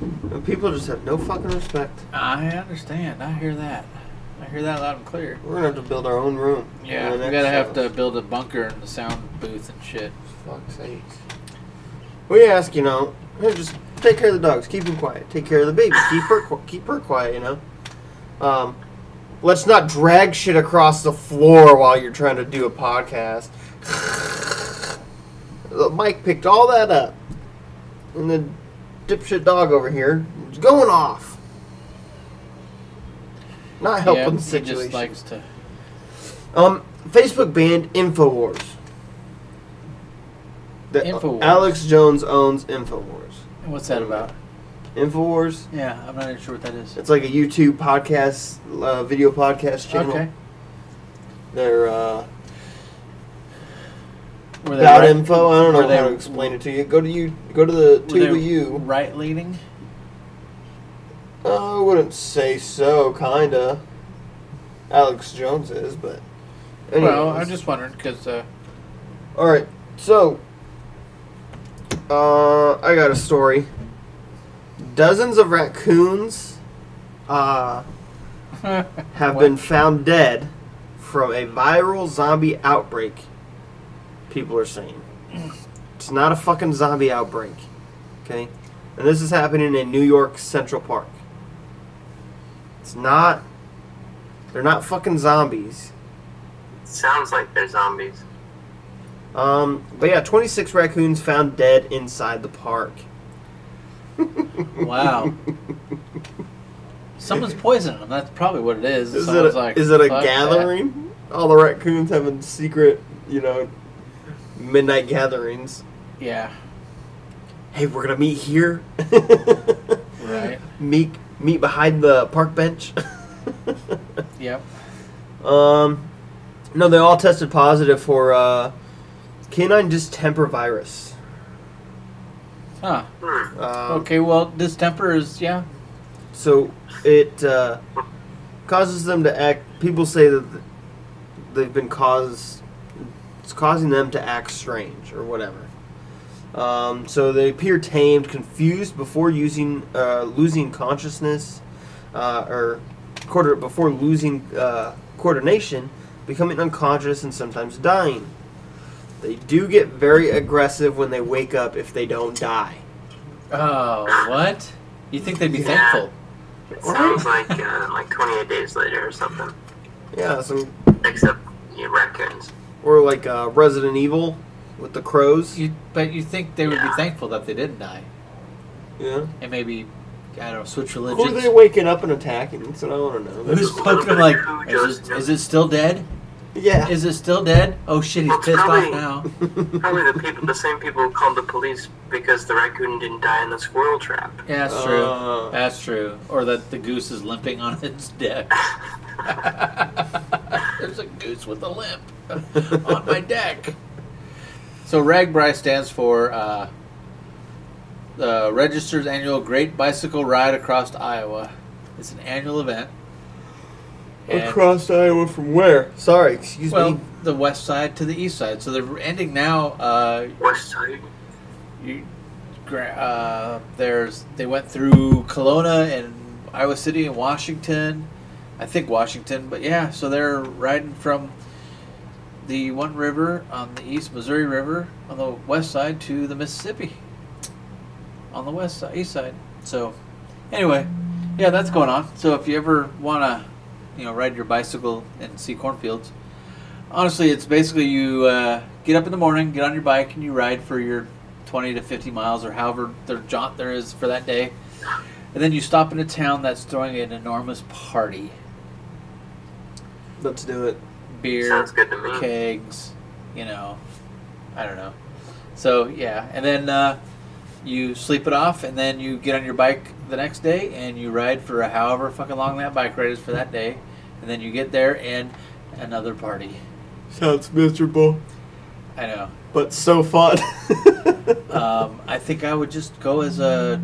Speaker 1: And people just have no fucking respect.
Speaker 2: I understand. I hear that. I hear that loud and clear.
Speaker 1: We're gonna have to build our own room.
Speaker 2: Yeah,
Speaker 1: for
Speaker 2: we
Speaker 1: the next
Speaker 2: gotta have to
Speaker 1: house.
Speaker 2: build a bunker and a sound booth and shit.
Speaker 1: Fuck's sake. We ask, you know, hey, just take care of the dogs, keep them quiet. Take care of the baby, keep her qui- keep her quiet. You know, um, let's not drag shit across the floor while you're trying to do a podcast. Mike picked all that up, and the dipshit dog over here is going off. Not helping
Speaker 2: yeah,
Speaker 1: the situation.
Speaker 2: He just likes to.
Speaker 1: Um, Facebook banned Infowars. The, uh,
Speaker 2: Infowars.
Speaker 1: Alex Jones owns Infowars.
Speaker 2: What's that about?
Speaker 1: Infowars.
Speaker 2: Yeah, I'm not even sure what that is.
Speaker 1: It's like a YouTube podcast, uh, video podcast channel.
Speaker 2: Okay.
Speaker 1: They're uh,
Speaker 2: Were they
Speaker 1: about
Speaker 2: right-
Speaker 1: info. I don't know
Speaker 2: were they-
Speaker 1: how to explain it to you. Go to you. Go to the
Speaker 2: were they
Speaker 1: to the U.
Speaker 2: Right leaning.
Speaker 1: Uh, I wouldn't say so. Kinda. Alex Jones is, but.
Speaker 2: Well, I'm
Speaker 1: anyways.
Speaker 2: just wondering because uh,
Speaker 1: All right, so uh, I got a story. Dozens of raccoons uh, have been found dead from a viral zombie outbreak. People are saying it's not a fucking zombie outbreak, okay? And this is happening in New York Central Park. It's not. They're not fucking zombies.
Speaker 3: Sounds like they're zombies.
Speaker 1: Um, but yeah, 26 raccoons found dead inside the park.
Speaker 2: wow. Someone's poisoning them. That's probably what it is.
Speaker 1: Is it,
Speaker 2: Someone's
Speaker 1: a,
Speaker 2: like,
Speaker 1: is it a
Speaker 2: "Fuck that."
Speaker 1: gathering? All the raccoons having secret, you know, midnight gatherings.
Speaker 2: Yeah.
Speaker 1: Hey, we're gonna meet here.
Speaker 2: Right.
Speaker 1: meet meet behind the park bench.
Speaker 2: Yep.
Speaker 1: um, no, they all tested positive for uh, canine distemper virus.
Speaker 2: Huh.
Speaker 3: Hmm.
Speaker 1: Um,
Speaker 2: Okay. Well, distemper is yeah.
Speaker 1: So it uh, causes them to act. People say that they've been caused. It's causing them to act strange or whatever. Um, so they appear tamed, confused before using uh, losing consciousness, uh, or quarter before losing uh, coordination, becoming unconscious and sometimes dying. They do get very aggressive when they wake up if they don't die.
Speaker 2: Oh, what? You think they'd be
Speaker 3: Yeah.
Speaker 2: thankful?
Speaker 3: It sounds like uh, like 28 days later or something.
Speaker 1: Yeah, some
Speaker 3: Except you raccoons.
Speaker 1: Or like uh, Resident Evil with the crows.
Speaker 2: You, but you think they would
Speaker 3: Yeah.
Speaker 2: be thankful that they didn't die,
Speaker 1: Yeah.
Speaker 2: and maybe I don't know, switch
Speaker 1: Who are
Speaker 2: religions.
Speaker 1: they waking up and attacking? That's what I want to know.
Speaker 2: Who's poking them like? Is it, is it still dead?
Speaker 1: yeah.
Speaker 2: Is it still dead? Oh shit, he's
Speaker 3: It's
Speaker 2: pissed off
Speaker 3: probably-
Speaker 2: now.
Speaker 3: Probably the people, the same people who called the police because the raccoon didn't die in the squirrel trap.
Speaker 2: Yeah, that's true.
Speaker 1: Uh.
Speaker 2: that's true. Or that the goose is limping on its deck. There's a goose with a limp on my deck. So RAGBRAI stands for uh, the Register's Annual Great Bicycle Ride Across Iowa. It's an annual event. And-
Speaker 1: Across Iowa from where? Sorry, excuse
Speaker 2: well,
Speaker 1: me.
Speaker 2: the west side to the east side. So they're ending now. Uh,
Speaker 3: West Side.
Speaker 2: you, gra- uh, there's they went through Kelowna and Iowa City and Washington, I think Washington. But yeah, so they're riding from the one river on the east Missouri River on the west side to the Mississippi on the west side, east side. So anyway, yeah, that's going on. So if you ever want to, you know, ride your bicycle and see cornfields. Honestly, it's basically you uh, get up in the morning, get on your bike, and you ride for your 20 to 50 miles or however their jaunt there is for that day. And then you stop in a town that's throwing an enormous party.
Speaker 1: Let's do it.
Speaker 2: Beer,
Speaker 3: Sounds good to me.
Speaker 2: kegs, you know, I don't know. So, yeah. And then uh, you sleep it off, and then you get on your bike the next day and you ride for however fucking long that bike ride is for that day. And then you get there and another party.
Speaker 1: Sounds miserable,
Speaker 2: I know.
Speaker 1: but so fun.
Speaker 2: Um, I think I would just go as a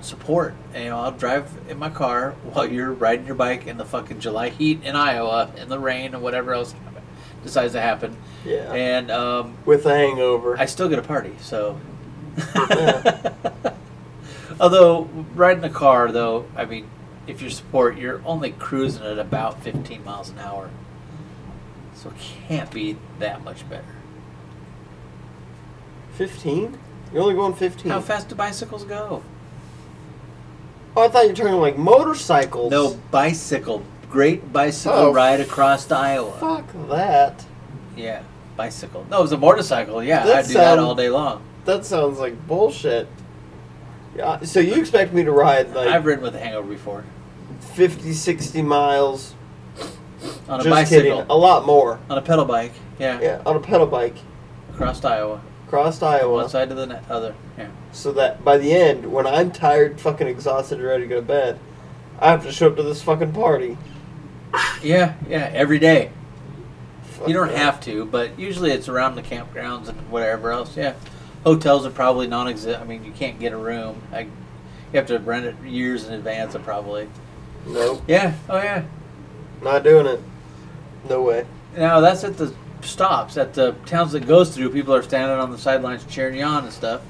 Speaker 2: support. And, you know, I'll drive in my car while you're riding your bike in the fucking July heat in Iowa, in the rain, and whatever else happen- decides to happen.
Speaker 1: yeah.
Speaker 2: And um,
Speaker 1: With a hangover.
Speaker 2: I still get a party, so.
Speaker 1: Yeah.
Speaker 2: Although riding the car, though, I mean, if you're support, you're only cruising at about 15 miles an hour, so it can't be that much better.
Speaker 1: 15? You're only going 15.
Speaker 2: How fast do bicycles go?
Speaker 1: Oh, I thought you were talking like motorcycles.
Speaker 2: No bicycle, great bicycle
Speaker 1: Oh,
Speaker 2: ride across to Iowa.
Speaker 1: Fuck that.
Speaker 2: Yeah, bicycle. No, it was a motorcycle. Yeah,
Speaker 1: That
Speaker 2: I do that
Speaker 1: sound-
Speaker 2: all day long.
Speaker 1: That sounds like bullshit. Yeah, so you expect me to ride
Speaker 2: I've
Speaker 1: like
Speaker 2: ridden with a hangover before
Speaker 1: fifty, sixty 50, 60 miles?
Speaker 2: on a
Speaker 1: Just
Speaker 2: bicycle,
Speaker 1: kidding. A lot more.
Speaker 2: on a pedal bike. Yeah,
Speaker 1: Yeah, on a pedal bike.
Speaker 2: across to Iowa,
Speaker 1: Crossed Iowa.
Speaker 2: one side to the ne- other. Yeah,
Speaker 1: so that by the end, when I'm tired, fucking exhausted, and ready to go to bed, I have to show up to this fucking party.
Speaker 2: yeah, yeah. Every day.
Speaker 1: Fuck
Speaker 2: You don't
Speaker 1: that.
Speaker 2: have to, but usually it's around the campgrounds and whatever else. Yeah, hotels are probably non-exist. I mean, you can't get a room. I, you have to rent it years in advance, uh, probably.
Speaker 1: Nope,
Speaker 2: Yeah. Oh yeah.
Speaker 1: not doing it. No way.
Speaker 2: Now that's at the stops at the towns that goes through. People are standing on the sidelines cheering you on and stuff.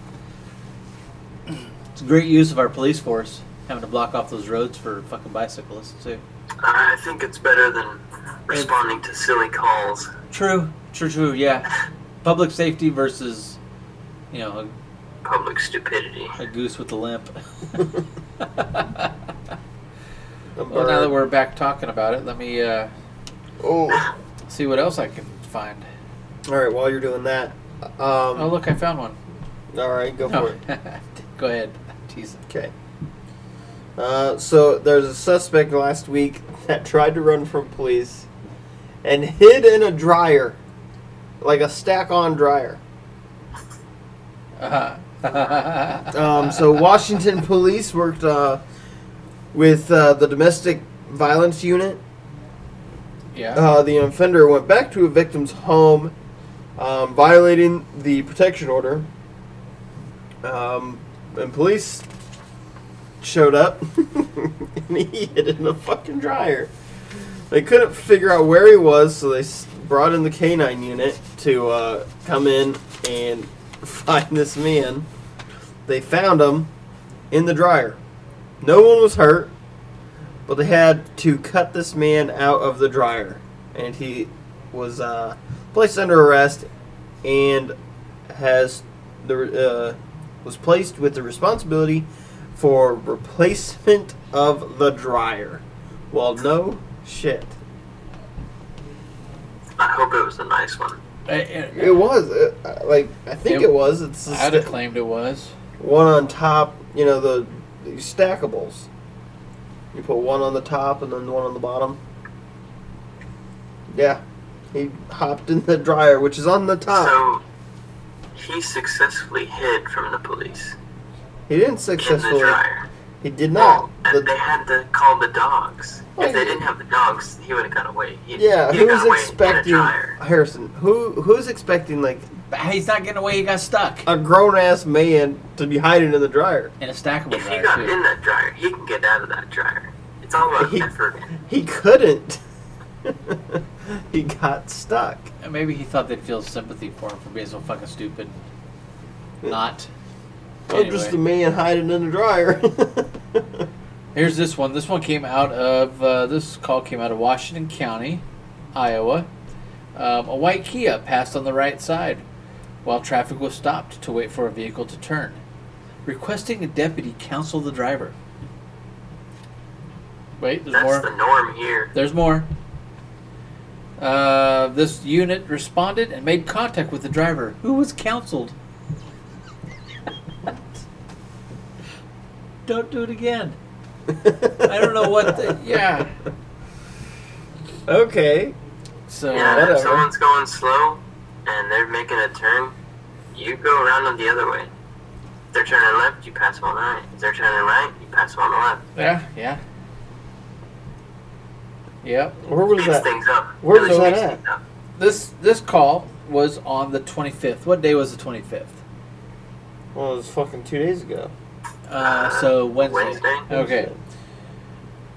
Speaker 2: It's a great use of our police force having to block off those roads for fucking bicyclists too.
Speaker 3: I think it's better than responding to silly calls.
Speaker 2: True. True. True. Yeah. Public safety versus, you know,
Speaker 3: Public stupidity.
Speaker 2: a, a goose with a limp.
Speaker 1: I'm
Speaker 2: Well, now that
Speaker 1: burned.
Speaker 2: we're back talking about it, let me uh,
Speaker 1: oh,
Speaker 2: see what else I can find.
Speaker 1: all right. While you're doing that, um,
Speaker 2: Oh, look, I found one.
Speaker 1: all right, go
Speaker 2: No.
Speaker 1: for it.
Speaker 2: Go ahead. Tease it.
Speaker 1: Okay. Uh, so there's a suspect last week that tried to run from police and hid in a dryer, like a stack-on dryer.
Speaker 2: Uh-huh.
Speaker 1: Um, so Washington police worked uh, with uh, the domestic violence unit.
Speaker 2: yeah.
Speaker 1: Uh, the offender went back to a victim's home, um, violating the protection order. Um, and police showed up, and he hid in the fucking dryer. They couldn't figure out where he was, so they s- brought in the canine unit to uh, come in and find this man. They found him in the dryer. No one was hurt, but they had to cut this man out of the dryer, and he was uh, placed under arrest and has the uh, was placed with the responsibility for replacement of the dryer. Well, no shit.
Speaker 3: I hope it was a nice one.
Speaker 2: I, I,
Speaker 1: It was uh, like I think it,
Speaker 2: It-
Speaker 1: was. It's
Speaker 2: I'd have claimed it was.
Speaker 1: one on top. You know the, the stackables. You put one on the top and then one on the bottom. Yeah, he hopped in the dryer, which is on the top.
Speaker 3: So he successfully hid from the police
Speaker 1: He didn't
Speaker 3: in the
Speaker 1: successfully.
Speaker 3: dryer.
Speaker 1: He did
Speaker 3: Well,
Speaker 1: not.
Speaker 3: and they
Speaker 1: The,
Speaker 3: had to call the dogs.
Speaker 1: Well,
Speaker 3: If they
Speaker 1: you-
Speaker 3: didn't have the dogs, he would have got away. He'd,
Speaker 1: yeah,
Speaker 3: he'd have
Speaker 1: who's
Speaker 3: got away
Speaker 1: expecting
Speaker 3: in a dryer.
Speaker 1: Harrison? Who who's expecting like
Speaker 2: But he's not getting away. He got stuck
Speaker 1: a grown ass man to be hiding in the dryer?
Speaker 2: in a stackable
Speaker 3: If he
Speaker 2: dryer
Speaker 3: got
Speaker 2: too.
Speaker 3: in that dryer, he can get out of that dryer. It's all about
Speaker 1: He-
Speaker 3: effort.
Speaker 1: He couldn't. he got stuck.
Speaker 2: And Maybe he thought they'd feel sympathy for him for being so fucking stupid. Not.
Speaker 1: I'm Oh, just a
Speaker 2: Anyway.
Speaker 1: man hiding in the dryer.
Speaker 2: Here's this one. This one came out of uh, this call came out of Washington County, Iowa. Um, a white Kia passed on the right side while traffic was stopped to wait for a vehicle to turn, requesting a deputy counsel the driver. Wait, there's
Speaker 3: That's
Speaker 2: more.
Speaker 3: the norm here.
Speaker 2: There's more. Uh, this unit responded and made contact with the driver, who was counseled. Don't do it again. I don't know what the. Yeah.
Speaker 1: Okay.
Speaker 2: So,
Speaker 3: Yeah,
Speaker 1: whatever.
Speaker 3: if someone's going slow and they're making a turn, you go around them the other way. If they're turning left, you pass them on the right. If they're turning right, you pass them on the left.
Speaker 2: yeah, yeah. Yep.
Speaker 1: Where was
Speaker 3: Speeds
Speaker 1: that?
Speaker 3: things up.
Speaker 1: Where
Speaker 3: Really
Speaker 1: was that
Speaker 3: speeds
Speaker 1: at?
Speaker 3: things up.
Speaker 2: this this call was on the 25th. What day was the 25th?
Speaker 1: Well, it was fucking two days ago.
Speaker 2: Uh, so Wednesday.
Speaker 3: Wednesday.
Speaker 2: Okay.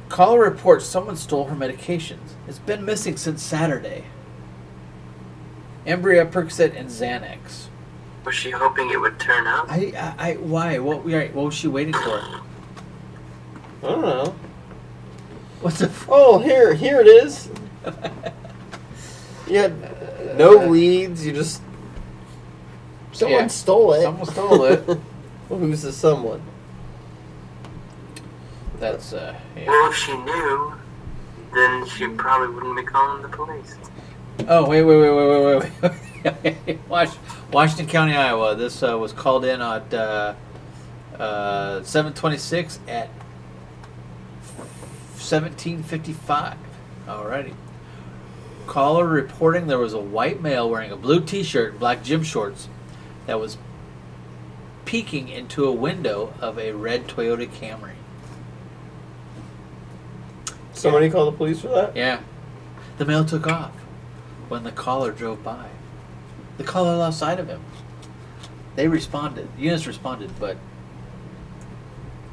Speaker 2: Caller reports someone stole her medications. It's been missing since Saturday. Embryo, Percocet, and Xanax.
Speaker 3: Was she hoping it would turn up?
Speaker 2: I, I, I why? What, were- what was she waiting for?
Speaker 1: I don't know.
Speaker 2: What the? F-
Speaker 1: Oh, here, here it is. Yeah, no leads. You just Uh, someone
Speaker 2: Yeah.
Speaker 1: stole it.
Speaker 2: Someone stole it.
Speaker 1: well, who's the someone?
Speaker 2: That's uh. Yeah.
Speaker 3: Well, if she knew, then she probably wouldn't be calling the police.
Speaker 2: Oh wait, wait, wait, wait, wait, wait, wait. Wash,
Speaker 5: Washington County, Iowa. This uh, was called in at uh, uh, 726 at 1755. Alrighty. Caller reporting there was a white male wearing a blue t shirt and black gym shorts that was peeking into a window of a red Toyota Camry.
Speaker 1: Somebody called the police for that.
Speaker 5: Yeah. The male took off when the caller drove by. The caller lost sight of him. They responded. Units responded, but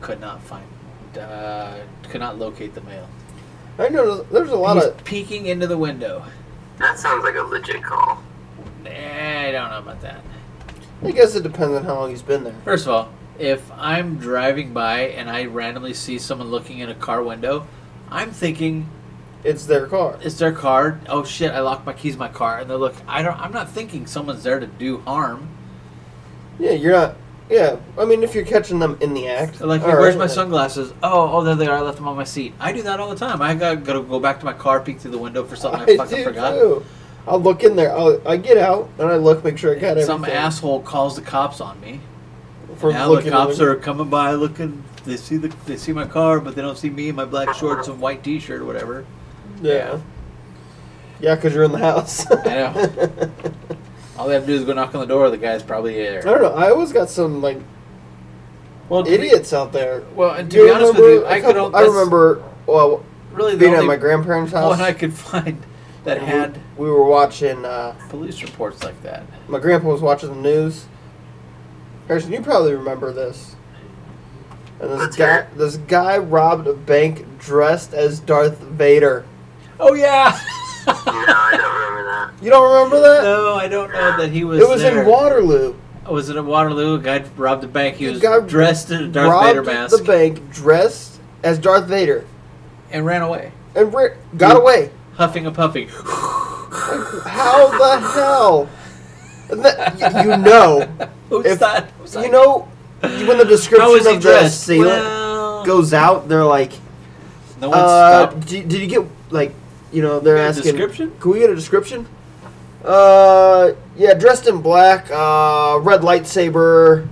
Speaker 5: could not find, uh, could not locate the male.
Speaker 1: I know there's a lot
Speaker 5: He's
Speaker 1: of
Speaker 5: peeking into the window.
Speaker 3: That sounds like a legit call.
Speaker 5: Nah, I don't know about that.
Speaker 1: I guess it depends on how long he's been there.
Speaker 5: First of all, if I'm driving by and I randomly see someone looking in a car window, I'm thinking
Speaker 1: It's their car.
Speaker 5: it's their car. Oh shit! I locked my keys in my car, and they look. I don't. I'm not thinking someone's there to do harm.
Speaker 1: Yeah, you're not. Yeah, I mean, if you're catching them in the act,
Speaker 5: Like,
Speaker 1: all
Speaker 5: where's
Speaker 1: right.
Speaker 5: my sunglasses? Oh, oh, there they are. I left them on my seat. I do that all the time. I gotta, gotta go back to my car, peek through the window for something I,
Speaker 1: I
Speaker 5: fucking
Speaker 1: do
Speaker 5: forgot.
Speaker 1: too. I'll look in there. I'll, I get out and I look, make sure I got everything.
Speaker 5: Some asshole calls the cops on me.
Speaker 1: for
Speaker 5: now
Speaker 1: looking
Speaker 5: the
Speaker 1: in
Speaker 5: cops are coming by, looking. They see the they see my car, but they don't see me in my black shorts and white T-shirt or whatever.
Speaker 1: Yeah. Yeah, because you're in the house. I
Speaker 2: know. all they have to do is go knock on the door. The guy's probably
Speaker 1: I
Speaker 2: there.
Speaker 1: don't know. I always got some like
Speaker 2: Well,
Speaker 1: idiots out there.
Speaker 2: Well, and to
Speaker 1: You
Speaker 2: be honest with you,
Speaker 1: remember a
Speaker 2: I could.
Speaker 1: couple-
Speaker 2: al-
Speaker 1: I
Speaker 2: that's
Speaker 1: remember well
Speaker 2: really the
Speaker 1: being at
Speaker 2: only
Speaker 1: my grandparents' house.
Speaker 2: one I could find that
Speaker 1: and
Speaker 2: had
Speaker 1: we, we were watching. Uh,
Speaker 2: police reports like that.
Speaker 1: my grandpa was watching the news. Harrison, you probably remember this. And this
Speaker 3: Let's
Speaker 1: guy,
Speaker 3: hear
Speaker 1: this guy robbed a bank dressed as Darth Vader.
Speaker 2: Oh yeah.
Speaker 3: No, I don't remember that.
Speaker 1: You don't remember that?
Speaker 2: no, I don't know that he was.
Speaker 1: it was
Speaker 2: there.
Speaker 1: in Waterloo.
Speaker 2: Was it at Waterloo? A guy robbed a bank. He
Speaker 1: The
Speaker 2: was
Speaker 1: guy
Speaker 2: dressed in a Darth
Speaker 1: robbed
Speaker 2: Vader mask
Speaker 1: the bank dressed as Darth Vader
Speaker 2: and ran away,
Speaker 1: and re- got away.
Speaker 2: huffing and puffing.
Speaker 1: How the hell? And that- y- you know,
Speaker 2: Who's
Speaker 1: If-
Speaker 2: that? Who's that?
Speaker 1: you know, when the description
Speaker 2: How is he
Speaker 1: of the
Speaker 2: dressed?
Speaker 1: assailant
Speaker 2: Well,
Speaker 1: goes out, they're like,
Speaker 2: no one
Speaker 1: uh,
Speaker 2: stopped.
Speaker 1: did, did you get like, you know, they're
Speaker 2: Get a
Speaker 1: asking,
Speaker 2: description?
Speaker 1: can we get a description? Uh, yeah, dressed in black, uh, red lightsaber,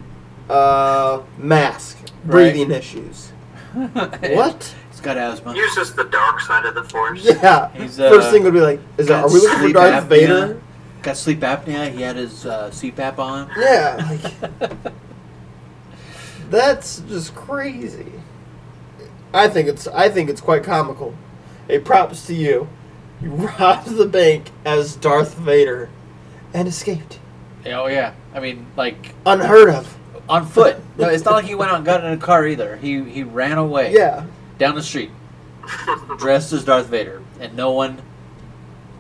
Speaker 1: uh, mask,
Speaker 2: Right.
Speaker 1: breathing issues. What?
Speaker 2: He's got asthma.
Speaker 3: Here's just the dark side of the force.
Speaker 1: Yeah.
Speaker 2: He's,
Speaker 1: First
Speaker 2: uh,
Speaker 1: thing would be like, is that,
Speaker 2: got
Speaker 1: are we looking for
Speaker 2: sleep
Speaker 1: Darth
Speaker 2: apnea.
Speaker 1: Vader?
Speaker 2: Got sleep apnea. He had his uh, CPAP on.
Speaker 1: Yeah. Like, that's just crazy. I think it's I think it's quite comical. Hey, props to you. You robbed the bank as Darth Vader and escaped.
Speaker 2: Oh yeah. I mean, like
Speaker 1: Unheard of.
Speaker 2: on foot. No, it's not like he went out and got in a car either. He he ran away.
Speaker 1: Yeah.
Speaker 2: Down the street, dressed as Darth Vader, and no one.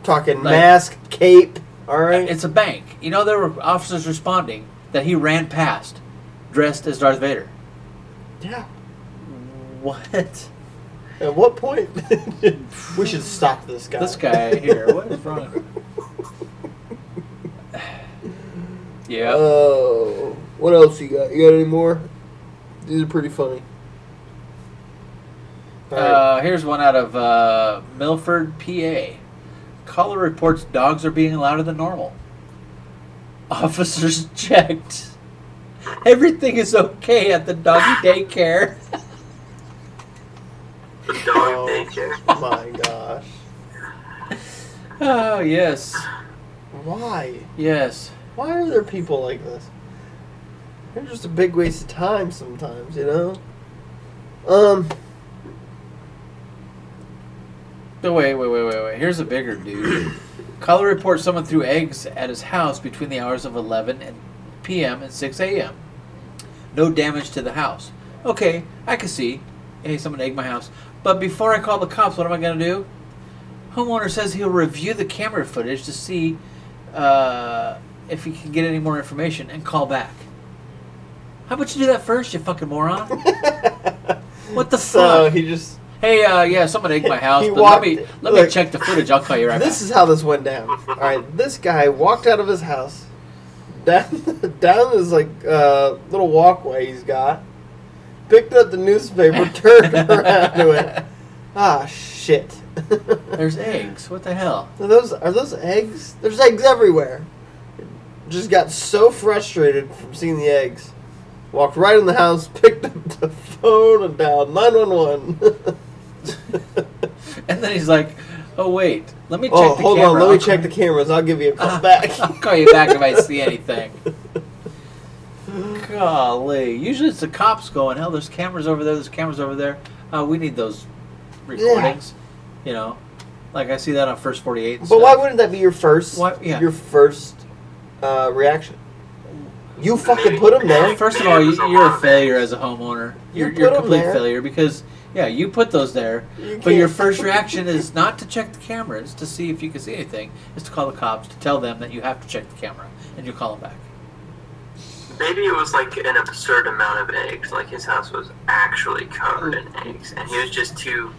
Speaker 1: Talking
Speaker 2: Like-
Speaker 1: mask, cape, all right?
Speaker 2: It's a bank. You know, there were officers responding that he ran past, dressed as Darth Vader.
Speaker 1: yeah.
Speaker 2: What?
Speaker 1: At what point? we should stop this guy.
Speaker 2: This guy here. What is wrong? yeah.
Speaker 1: Oh, what else you got? You got any more? These are pretty funny. Alright.
Speaker 2: Uh, here's one out of uh, Milford, PA. Caller reports dogs are being louder than normal. Officers checked. Everything is okay at the doggy daycare.
Speaker 3: The dog
Speaker 1: Oh.
Speaker 3: daycare.
Speaker 1: my gosh,
Speaker 2: oh yes,
Speaker 1: why?
Speaker 2: yes.
Speaker 1: Why are there people like this? They're just a big waste of time sometimes, you know. Um.
Speaker 2: No, wait, wait, wait, wait, wait. Here's a bigger dude. Caller reports someone threw eggs at his house between the hours of 11 and p.m. and 6 a.m. No damage to the house. Okay, I can see. Hey, someone egged my house. But before I call the cops, what am I going to do? Homeowner says he'll review the camera footage to see uh, if he can get any more information and call back. How about you do that first, you fucking moron? what the
Speaker 1: So
Speaker 2: fuck?
Speaker 1: he just.
Speaker 2: Hey, uh, yeah, someone egged my house,
Speaker 1: He
Speaker 2: but
Speaker 1: walked-
Speaker 2: let me let me
Speaker 1: look.
Speaker 2: check the footage. I'll call you right
Speaker 1: This
Speaker 2: back.
Speaker 1: is how this went down. All right, this guy walked out of his house, down down this like uh, little walkway he's got, picked up the newspaper, turned around to it. Ah, shit. are
Speaker 2: There's eggs. What the hell?
Speaker 1: those are those eggs? There's eggs everywhere. Just got so frustrated from seeing the eggs, walked right in the house, picked up the phone, and dialed nine one one.
Speaker 2: And then he's like, "Oh wait, let me check
Speaker 1: Oh,
Speaker 2: the
Speaker 1: hold
Speaker 2: camera.
Speaker 1: on. Let
Speaker 2: I'll
Speaker 1: me
Speaker 2: call-
Speaker 1: check the cameras. I'll give you a call
Speaker 2: Ah,
Speaker 1: back.
Speaker 2: I'll call you back if I see anything. Golly, usually it's the cops going. Hell, there's cameras over there. There's cameras over there. Uh, we need those recordings. You know, like I see that on First Forty Eight.
Speaker 1: But why wouldn't that be your first?
Speaker 2: Why- yeah.
Speaker 1: Your first uh, reaction. You fucking put him there.
Speaker 2: First of all, you, you're a failure as a homeowner. You're,
Speaker 1: You
Speaker 2: you're a
Speaker 1: put 'em
Speaker 2: complete
Speaker 1: there.
Speaker 2: failure because yeah, you put those there.
Speaker 1: You
Speaker 2: But your
Speaker 1: can't-
Speaker 2: first reaction is not to check the cameras to see if you can see anything. Is to call the cops to tell them that you have to check the camera, and you call them back.
Speaker 3: Maybe it was like an absurd amount of eggs. Like his house was actually covered in eggs, and he was just too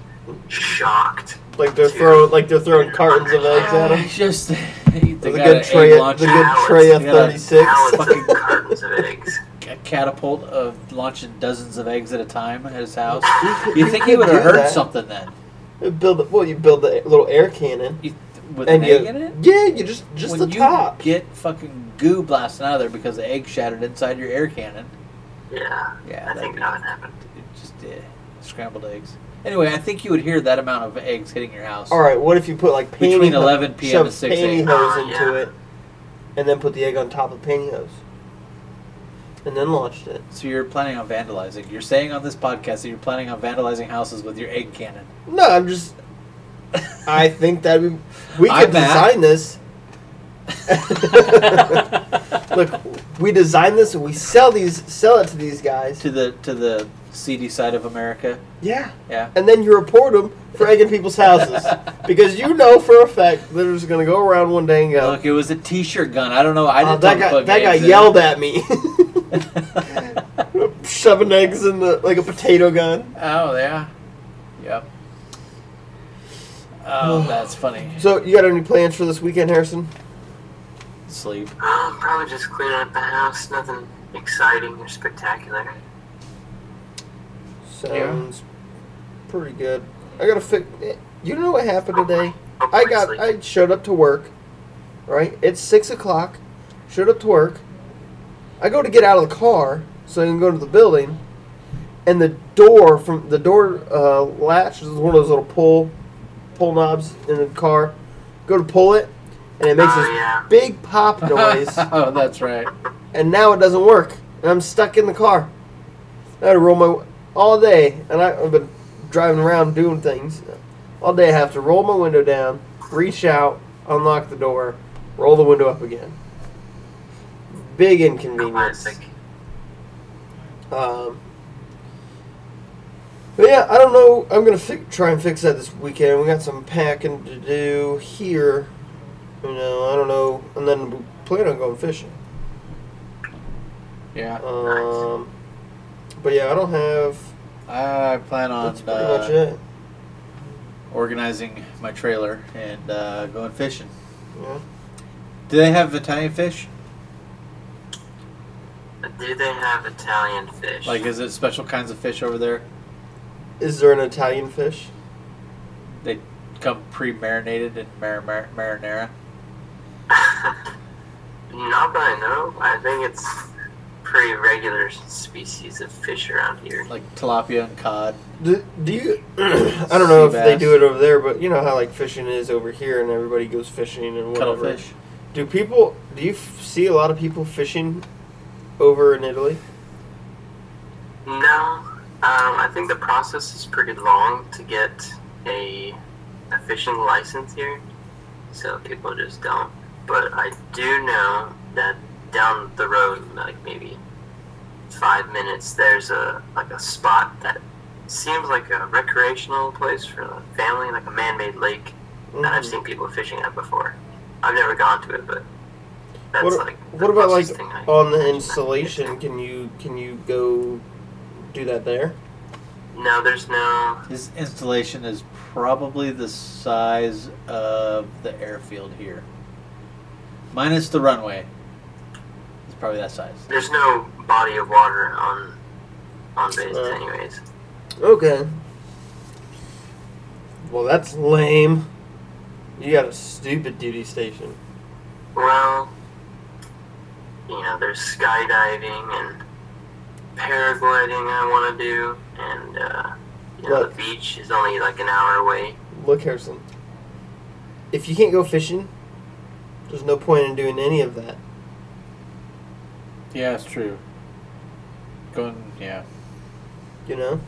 Speaker 3: shocked.
Speaker 1: like they're throwing like they're throwing cartons of eggs at him.
Speaker 2: It's just they
Speaker 1: The
Speaker 2: got
Speaker 1: good
Speaker 2: an
Speaker 1: tray, of,
Speaker 2: egg
Speaker 1: the
Speaker 2: launcher,
Speaker 1: good
Speaker 3: Alex,
Speaker 1: tray of
Speaker 2: you gotta-
Speaker 1: thirty six.
Speaker 3: Pallets
Speaker 2: fucking-
Speaker 3: of cartons of eggs.
Speaker 2: a catapult of launching dozens of eggs at a time at his house.
Speaker 1: could-
Speaker 2: You
Speaker 1: you
Speaker 2: think
Speaker 1: could
Speaker 2: he would
Speaker 1: do
Speaker 2: have heard
Speaker 1: that.
Speaker 2: something then?
Speaker 1: Build the, well, you build the little air cannon,
Speaker 2: You, with
Speaker 1: and
Speaker 2: an
Speaker 1: you
Speaker 2: egg in it?
Speaker 1: yeah, you just just
Speaker 2: when
Speaker 1: the
Speaker 2: you
Speaker 1: top.
Speaker 2: get fucking goo blasting out of there because the egg shattered inside your air cannon.
Speaker 3: Yeah,
Speaker 2: Yeah,
Speaker 3: I
Speaker 2: that'd
Speaker 3: think
Speaker 2: be-
Speaker 3: that would happen.
Speaker 2: It just eh, scrambled eggs. Anyway, I think you would hear that amount of eggs hitting your house.
Speaker 1: all right, what if you put like panty
Speaker 2: Between 11 p.m.
Speaker 1: shove
Speaker 2: and 6 a.m.
Speaker 1: pantyhose
Speaker 3: Oh,
Speaker 1: into
Speaker 3: yeah.
Speaker 1: it, and then put the egg on top of pantyhose, and then launched it.
Speaker 2: So you're planning on vandalizing. You're saying on this podcast that you're planning on vandalizing houses with your egg cannon.
Speaker 1: No, I'm just. I think that we, we
Speaker 2: I'm
Speaker 1: could
Speaker 2: Matt.
Speaker 1: design this. Look, we design this and we sell these, sell it to these guys.
Speaker 2: to the to the seedy side of America.
Speaker 1: Yeah,
Speaker 2: Yeah.
Speaker 1: and then you report them for egging people's houses because you know for a fact they're just gonna go around one day and go.
Speaker 2: Look, it was a T-shirt gun. I don't know. I
Speaker 1: "Oh,
Speaker 2: didn't.
Speaker 1: that guy, that guy yelled at me, shoving eggs in the like a potato gun.
Speaker 2: oh yeah. Yep. Oh, that's funny.
Speaker 1: So, you got any plans for this weekend, Harrison?
Speaker 2: Sleep.
Speaker 3: Oh, probably just clean up the house. Nothing exciting or spectacular.
Speaker 1: Sounds pretty good. I gotta fix. You know what happened today? I got. I showed up to work. Right. It's six o'clock. Showed up to work. I go to get out of the car so I can go to the building, and the door from the door uh, latch is one of those little pull pull knobs in the car. Go to pull it, and it makes
Speaker 3: Oh,
Speaker 1: this
Speaker 3: yeah.
Speaker 1: big pop noise
Speaker 2: oh, that's right.
Speaker 1: and now it doesn't work, and I'm stuck in the car. I had to roll my all day, and I, I've been driving around doing things all day. I have to roll my window down, reach out, unlock the door, roll the window up again. Big inconvenience.
Speaker 3: Classic.
Speaker 1: Um, but yeah, I don't know. I'm gonna fi- try and fix that this weekend. We got some packing to do here. You know, I don't know, and then we plan on going fishing.
Speaker 2: Yeah.
Speaker 1: Um, but yeah, I don't have.
Speaker 2: I plan on
Speaker 1: That's pretty much
Speaker 2: uh,
Speaker 1: it.
Speaker 2: organizing my trailer and uh, going fishing.
Speaker 1: Yeah.
Speaker 2: Do they have Italian fish?
Speaker 3: Do they have Italian fish?
Speaker 2: Like, is it special kinds of fish over there?
Speaker 1: Is there an Italian fish?
Speaker 2: They come pre-marinated in mar- mar- marinara.
Speaker 3: Not that I know. I think it's pretty regular species of fish around here.
Speaker 2: like tilapia and cod.
Speaker 1: Do, do you? I don't know if
Speaker 2: Sea
Speaker 1: they
Speaker 2: bass.
Speaker 1: do it over there, but you know how like fishing is over here, and everybody goes fishing and whatever.
Speaker 2: Cuttlefish.
Speaker 1: Do people? Do you f- see a lot of people fishing over in Italy?
Speaker 3: No, um, I think the process is pretty long to get a a fishing license here, so people just don't. But I do know that down the road, like maybe five minutes, there's a like a spot that seems like a recreational place for the family, like a man-made lake that
Speaker 1: Mm-hmm.
Speaker 3: I've seen people fishing at before. I've never gone to it, but that's
Speaker 1: Mm-hmm. What,
Speaker 3: like the
Speaker 1: what about like
Speaker 3: closest thing I
Speaker 1: on the
Speaker 3: imagine.
Speaker 1: installation? Can you can you go do that there? uh
Speaker 3: No, there's no.
Speaker 5: His installation is probably the size of the airfield here, minus the runway. It's probably that size.
Speaker 3: There's no body of water on on base,
Speaker 1: Uh.
Speaker 3: anyways.
Speaker 1: Okay. Well, that's lame. You got a stupid duty station.
Speaker 3: Well, you know, there's skydiving and paragliding I want to do, and uh, you know,
Speaker 1: Look.
Speaker 3: the beach is only like an hour away.
Speaker 1: Look, Harrison. If you can't go fishing, there's no point in doing any of that.
Speaker 2: Yeah, it's true. Going, yeah.
Speaker 1: You know,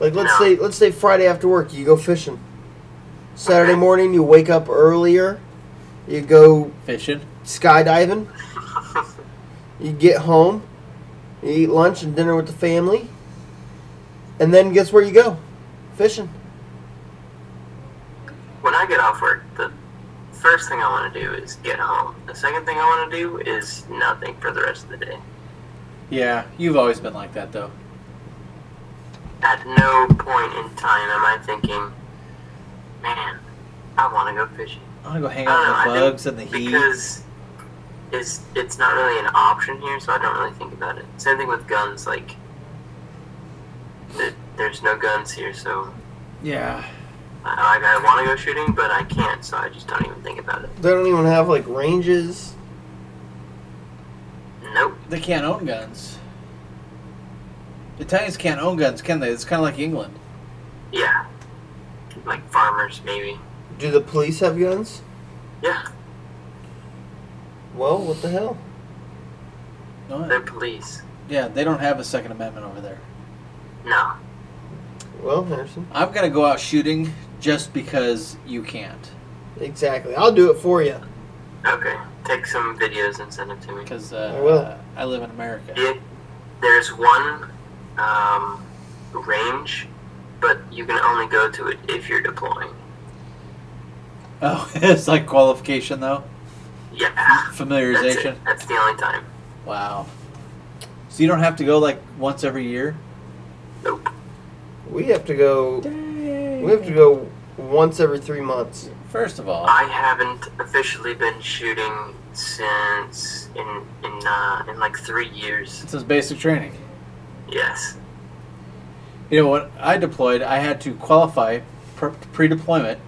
Speaker 1: like let's
Speaker 3: No.
Speaker 1: say let's say Friday after work you go fishing. Saturday morning you wake up earlier, you go
Speaker 2: Fishing.
Speaker 1: skydiving. You get home, you eat lunch and dinner with the family, and then guess where you go? Fishing.
Speaker 3: when I get off work, the first thing I want to do is get home. The second thing I want to do is nothing for the rest of the day.
Speaker 2: Yeah, you've always been like that, though.
Speaker 3: At no point in time am I thinking, man, I want to go fishing.
Speaker 5: I'm gonna go hang
Speaker 3: Ah, I don't
Speaker 5: out
Speaker 3: know,
Speaker 5: in
Speaker 3: I
Speaker 5: the
Speaker 3: think
Speaker 5: bugs and the heat.
Speaker 3: because it's it's not really an option here, so I don't really think about it. Same thing with guns, like th- there's no guns here, so
Speaker 2: Yeah.
Speaker 3: I, I want to go shooting, but I can't, so I just don't even think about it.
Speaker 1: They don't even have like ranges.
Speaker 3: Nope.
Speaker 2: They can't own guns. Italians can't own guns, can they? It's kind of like England.
Speaker 3: Yeah. Like farmers, maybe.
Speaker 1: Do the police have guns?
Speaker 3: Yeah,
Speaker 1: Well, what the hell?
Speaker 2: No,
Speaker 3: they're police.
Speaker 2: yeah, they don't have a Second Amendment over there.
Speaker 3: No.
Speaker 1: Well, Harrison.
Speaker 2: I'm gonna go out shooting just because you can't.
Speaker 1: Exactly. I'll do it for you.
Speaker 3: Okay. Take some videos and send them to me.
Speaker 2: Because
Speaker 1: I will.
Speaker 2: uh, I live in America.
Speaker 3: Yeah, there's one um, range, but you can only go to it if you're deploying.
Speaker 2: Oh, it's like qualification though,
Speaker 3: Yeah. That's
Speaker 2: familiarization.
Speaker 3: it. That's the only time.
Speaker 2: Wow. So you don't have to go like once every year.
Speaker 3: Nope.
Speaker 1: We have to go. We have to go once every three months.
Speaker 2: First of all,
Speaker 3: I haven't officially been shooting since in in uh, in like three years.
Speaker 2: this is basic training.
Speaker 3: Yes.
Speaker 2: You know, when I deployed, I had to qualify pr- pre-deployment,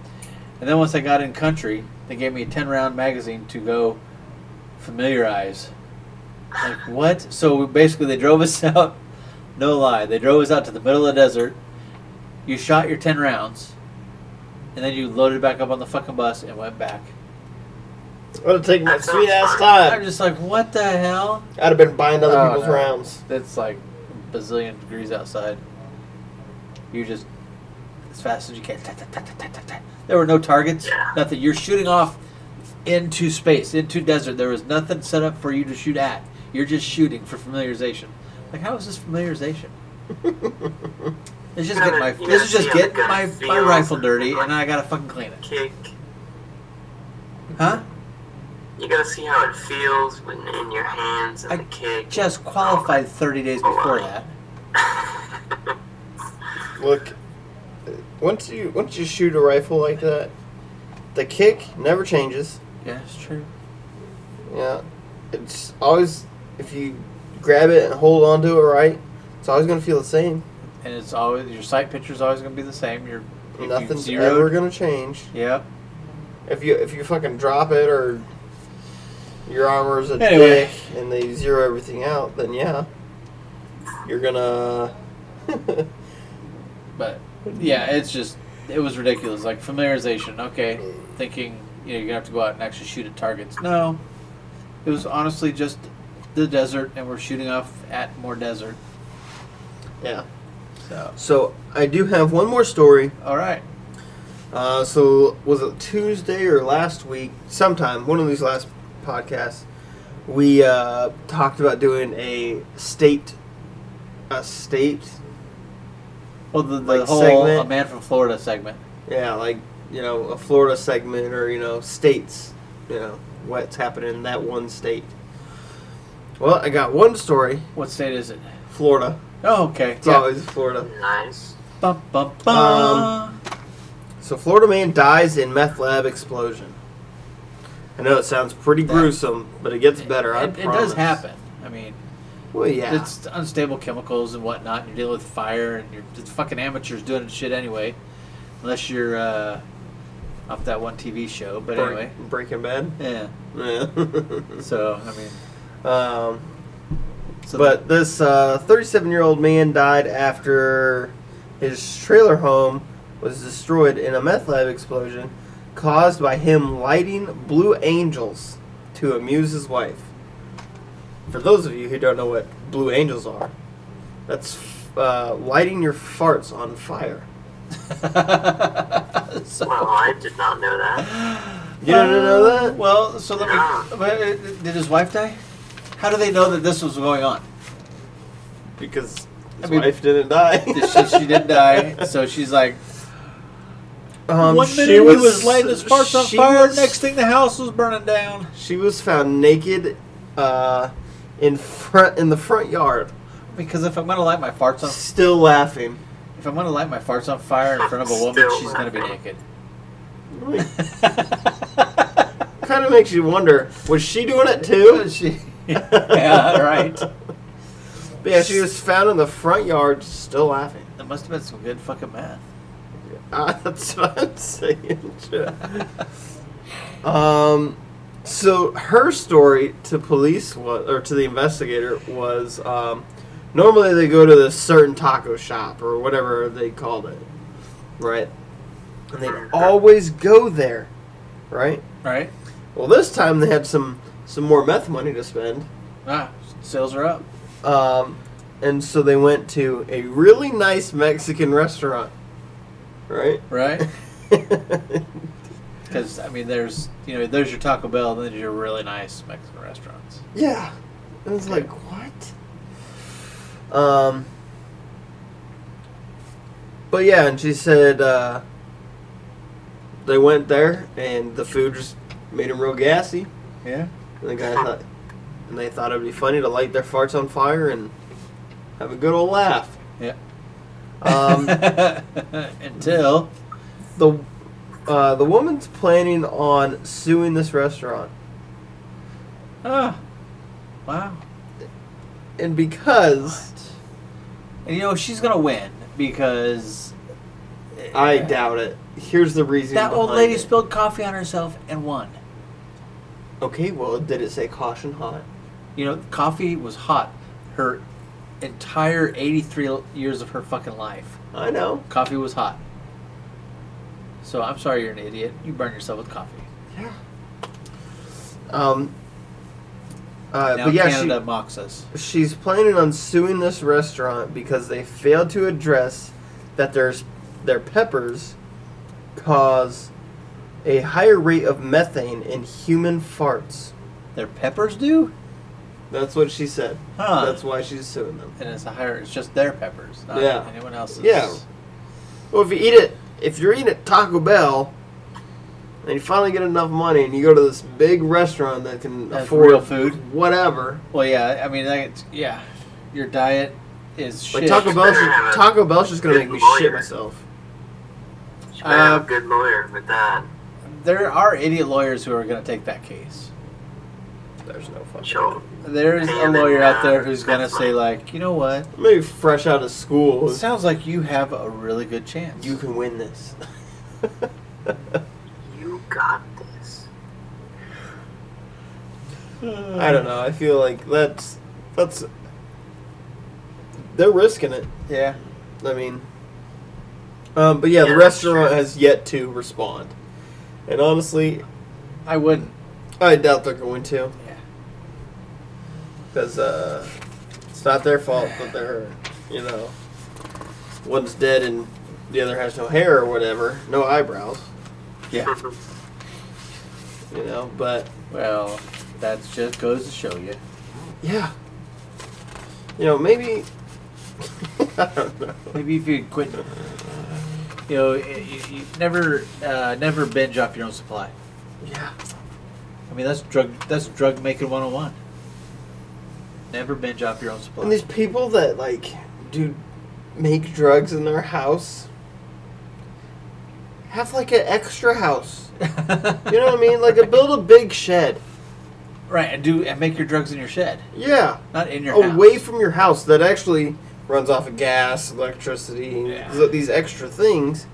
Speaker 2: and then once I got in country, they gave me a ten-round magazine to go familiarize. Like what? So basically, they drove us out. No lie, they drove us out to the middle of the desert. You shot your ten rounds, and then you loaded back up on the fucking bus and went back.
Speaker 1: I'm gonna take my
Speaker 3: That sounds
Speaker 1: sweet ass
Speaker 3: fun.
Speaker 1: time.
Speaker 2: I'm just like, what the hell?
Speaker 1: I'd have been buying other
Speaker 2: Oh,
Speaker 1: people's
Speaker 2: no.
Speaker 1: rounds.
Speaker 2: That's like a bazillion degrees outside. You just as fast as you can. Ta, ta, ta, ta, ta, ta, ta. There were no targets.
Speaker 3: Yeah.
Speaker 2: Nothing. You're shooting off into space, into desert. There was nothing set up for you to shoot at. You're just shooting for familiarization. Like, how is this familiarization? It's just
Speaker 3: You
Speaker 2: getting my
Speaker 3: gotta-
Speaker 2: this
Speaker 3: you gotta
Speaker 2: is
Speaker 3: see
Speaker 2: just
Speaker 3: how
Speaker 2: getting
Speaker 3: the gun
Speaker 2: my, my
Speaker 3: feels.
Speaker 2: rifle dirty, and I gotta fucking clean it,
Speaker 3: Kick.
Speaker 2: huh?
Speaker 3: You gotta see how it feels when in your hands and
Speaker 2: I
Speaker 3: the kick.
Speaker 2: Just qualified 30 days before that.
Speaker 1: Look, uh, once you once you shoot a rifle like that, the kick never changes.
Speaker 2: Yeah, it's true.
Speaker 1: Yeah, it's always if you grab it and hold onto it right, it's always gonna feel the same.
Speaker 2: And it's always your sight picture is always gonna be the same. Your if you
Speaker 1: Nothing's
Speaker 2: zeroed-
Speaker 1: ever gonna change.
Speaker 2: Yep.
Speaker 1: If you if you fucking drop it or your armor's a
Speaker 2: Anyway.
Speaker 1: dick and they zero everything out, then yeah, you're gonna.
Speaker 2: But yeah, it's just it was ridiculous. Like familiarization, okay. Thinking you know, you're gonna have to go out and actually shoot at targets. No. It was honestly just the desert and we're shooting off at more desert.
Speaker 1: yeah.
Speaker 2: So
Speaker 1: So I do have one more story.
Speaker 2: all right.
Speaker 1: Uh, so was it Tuesday or last week? Sometime one of these last podcasts, we uh, talked about doing a state, a state,
Speaker 2: Well, the, the
Speaker 1: Like
Speaker 2: whole
Speaker 1: segment?
Speaker 2: A Man from Florida segment.
Speaker 1: yeah, like you know, a Florida segment or you know, states, you know, what's happening in that one state. Well, I got one story,
Speaker 2: What state is it?
Speaker 1: Florida.
Speaker 2: Oh, okay.
Speaker 1: It's
Speaker 2: Yeah.
Speaker 1: always Florida.
Speaker 3: Nice.
Speaker 2: Bum, bum, bum.
Speaker 1: So Florida man dies in meth lab explosion. I know it sounds pretty
Speaker 2: That-
Speaker 1: gruesome, but it gets better. I
Speaker 2: It, it
Speaker 1: promise.
Speaker 2: does happen. I mean,
Speaker 1: Well, yeah.
Speaker 2: it's unstable chemicals and whatnot. And you're dealing with fire, and you're it's fucking amateurs doing shit anyway, unless you're uh, off that one TV show. But
Speaker 1: Break-
Speaker 2: anyway,
Speaker 1: Breaking Bad.
Speaker 2: yeah.
Speaker 1: Yeah.
Speaker 2: So I mean,
Speaker 1: um,
Speaker 2: so
Speaker 1: but this 37 year old man died after his trailer home was destroyed in a meth lab explosion caused by him lighting blue angels to amuse his wife. For those of you who don't know what blue angels are, that's uh, lighting your farts on fire.
Speaker 2: so-
Speaker 3: Well, I did not know that.
Speaker 1: You didn't know
Speaker 2: Oh.
Speaker 1: that?
Speaker 2: Well, so let
Speaker 3: No.
Speaker 2: me. but, uh, Did his wife die? How do they know that this was going on?
Speaker 1: Because his
Speaker 2: I mean-
Speaker 1: wife didn't die.
Speaker 2: she, she did die, so she's like,
Speaker 1: Um,
Speaker 2: one minute
Speaker 1: she
Speaker 2: he was lighting his farts on
Speaker 1: she
Speaker 2: fire,
Speaker 1: was-
Speaker 2: next thing the house was burning down.
Speaker 1: She was found naked uh, in front in the front yard,
Speaker 2: Because if I'm gonna light my farts on,
Speaker 1: still laughing.
Speaker 2: if I'm gonna light my farts on fire in front of a woman,
Speaker 3: Still
Speaker 2: she's gonna be naked.
Speaker 1: kind of makes you wonder, was she doing it too?
Speaker 2: she? yeah, right.
Speaker 1: But yeah, she was found in the front yard, still laughing.
Speaker 2: That must have been some good fucking math.
Speaker 1: Uh, that's what I'm saying. Jeff. um, so her story to police was, or to the investigator was, um, normally they go to this certain taco shop or whatever they called it, right? And they always go there, right?
Speaker 2: Right?
Speaker 1: Well, this time they had some some more meth money to spend,
Speaker 2: Ah, sales are up.
Speaker 1: um, and so they went to a really nice Mexican restaurant, right?
Speaker 2: Right? Because I mean, there's you know, there's your Taco Bell, and then your really nice Mexican restaurants.
Speaker 1: Yeah. It was like, what? Um. But yeah, and she said uh, they went there and the food just made them real gassy.
Speaker 2: Yeah.
Speaker 1: And the guy thought, and they thought it'd be funny to light their farts on fire and have a good old laugh.
Speaker 2: Yeah.
Speaker 1: Um,
Speaker 2: Until
Speaker 1: the uh, the woman's planning on suing this restaurant,
Speaker 2: ah, wow.
Speaker 1: and because
Speaker 2: And you know she's gonna win because eh,
Speaker 1: I doubt it. Here's the reason.
Speaker 2: that old
Speaker 1: behind
Speaker 2: lady
Speaker 1: it.
Speaker 2: spilled coffee on herself and won.
Speaker 1: Okay, well, did it say caution hot?
Speaker 2: You know, coffee was hot. Her entire 83 years of her fucking life,
Speaker 1: I know.
Speaker 2: coffee was hot. So I'm sorry, you're an idiot. You burn yourself with coffee.
Speaker 1: Yeah. Um. Uh,
Speaker 2: now
Speaker 1: but yeah,
Speaker 2: Canada mocks us.
Speaker 1: she, she's planning on suing this restaurant because they failed to address that there's their peppers cause a higher rate of methane in human farts.
Speaker 2: Their peppers do,
Speaker 1: That's what she said.
Speaker 2: Huh.
Speaker 1: That's why she's suing them.
Speaker 2: and it's a higher. It's just their peppers, not
Speaker 1: Yeah.
Speaker 2: anyone else's.
Speaker 1: Yeah. Well, if you eat it, if you're eating at Taco Bell, and you finally get enough money, and you go to this big restaurant that can
Speaker 2: That's
Speaker 1: afford
Speaker 2: real food.
Speaker 1: whatever.
Speaker 2: Well, yeah. I mean, like, it's- yeah. Your diet is
Speaker 1: Like
Speaker 2: shit.
Speaker 1: Taco Bell's,
Speaker 3: Yeah.
Speaker 1: Taco Bell's just gonna make me shit
Speaker 3: Lawyer.
Speaker 1: myself.
Speaker 3: Should I have
Speaker 2: Uh,
Speaker 3: a good lawyer with that.
Speaker 2: There are idiot lawyers who are going to take that case.
Speaker 1: There's no fucking.
Speaker 3: Sure.
Speaker 2: There's a
Speaker 3: Damn it,
Speaker 2: lawyer out
Speaker 3: man.
Speaker 2: there who's going to say, like, you know what?
Speaker 1: Maybe fresh out of school,
Speaker 2: It sounds like you have a really good chance.
Speaker 1: you can win this.
Speaker 3: You got this.
Speaker 1: I don't know. I feel like that's that's they're risking it.
Speaker 2: Yeah.
Speaker 1: I mean, um, but yeah, the
Speaker 3: Yeah.
Speaker 1: restaurant has yet to respond, and honestly,
Speaker 2: I wouldn't.
Speaker 1: I doubt they're going to.
Speaker 2: Yeah.
Speaker 1: because uh, it's not their fault that they're, you know, one's dead in the other has no hair or whatever, no eyebrows,
Speaker 3: Oh,
Speaker 2: Yeah.
Speaker 1: you know. But
Speaker 2: Well, that just goes to show you.
Speaker 1: yeah, you know, maybe I don't know.
Speaker 2: Maybe if you quit, you know, you, you never, uh, never binge off your own supply.
Speaker 1: Yeah,
Speaker 2: I mean, that's drug, that's drug making 101. Never binge off your own supply.
Speaker 1: and these people that like do make drugs in their house have like an extra house. You know what I mean? Like a build a big shed.
Speaker 2: right, and do and make your drugs in your shed,
Speaker 1: Yeah.
Speaker 2: not in your house.
Speaker 1: away from your house that actually runs off of gas, electricity, and
Speaker 2: Yeah.
Speaker 1: th- these extra things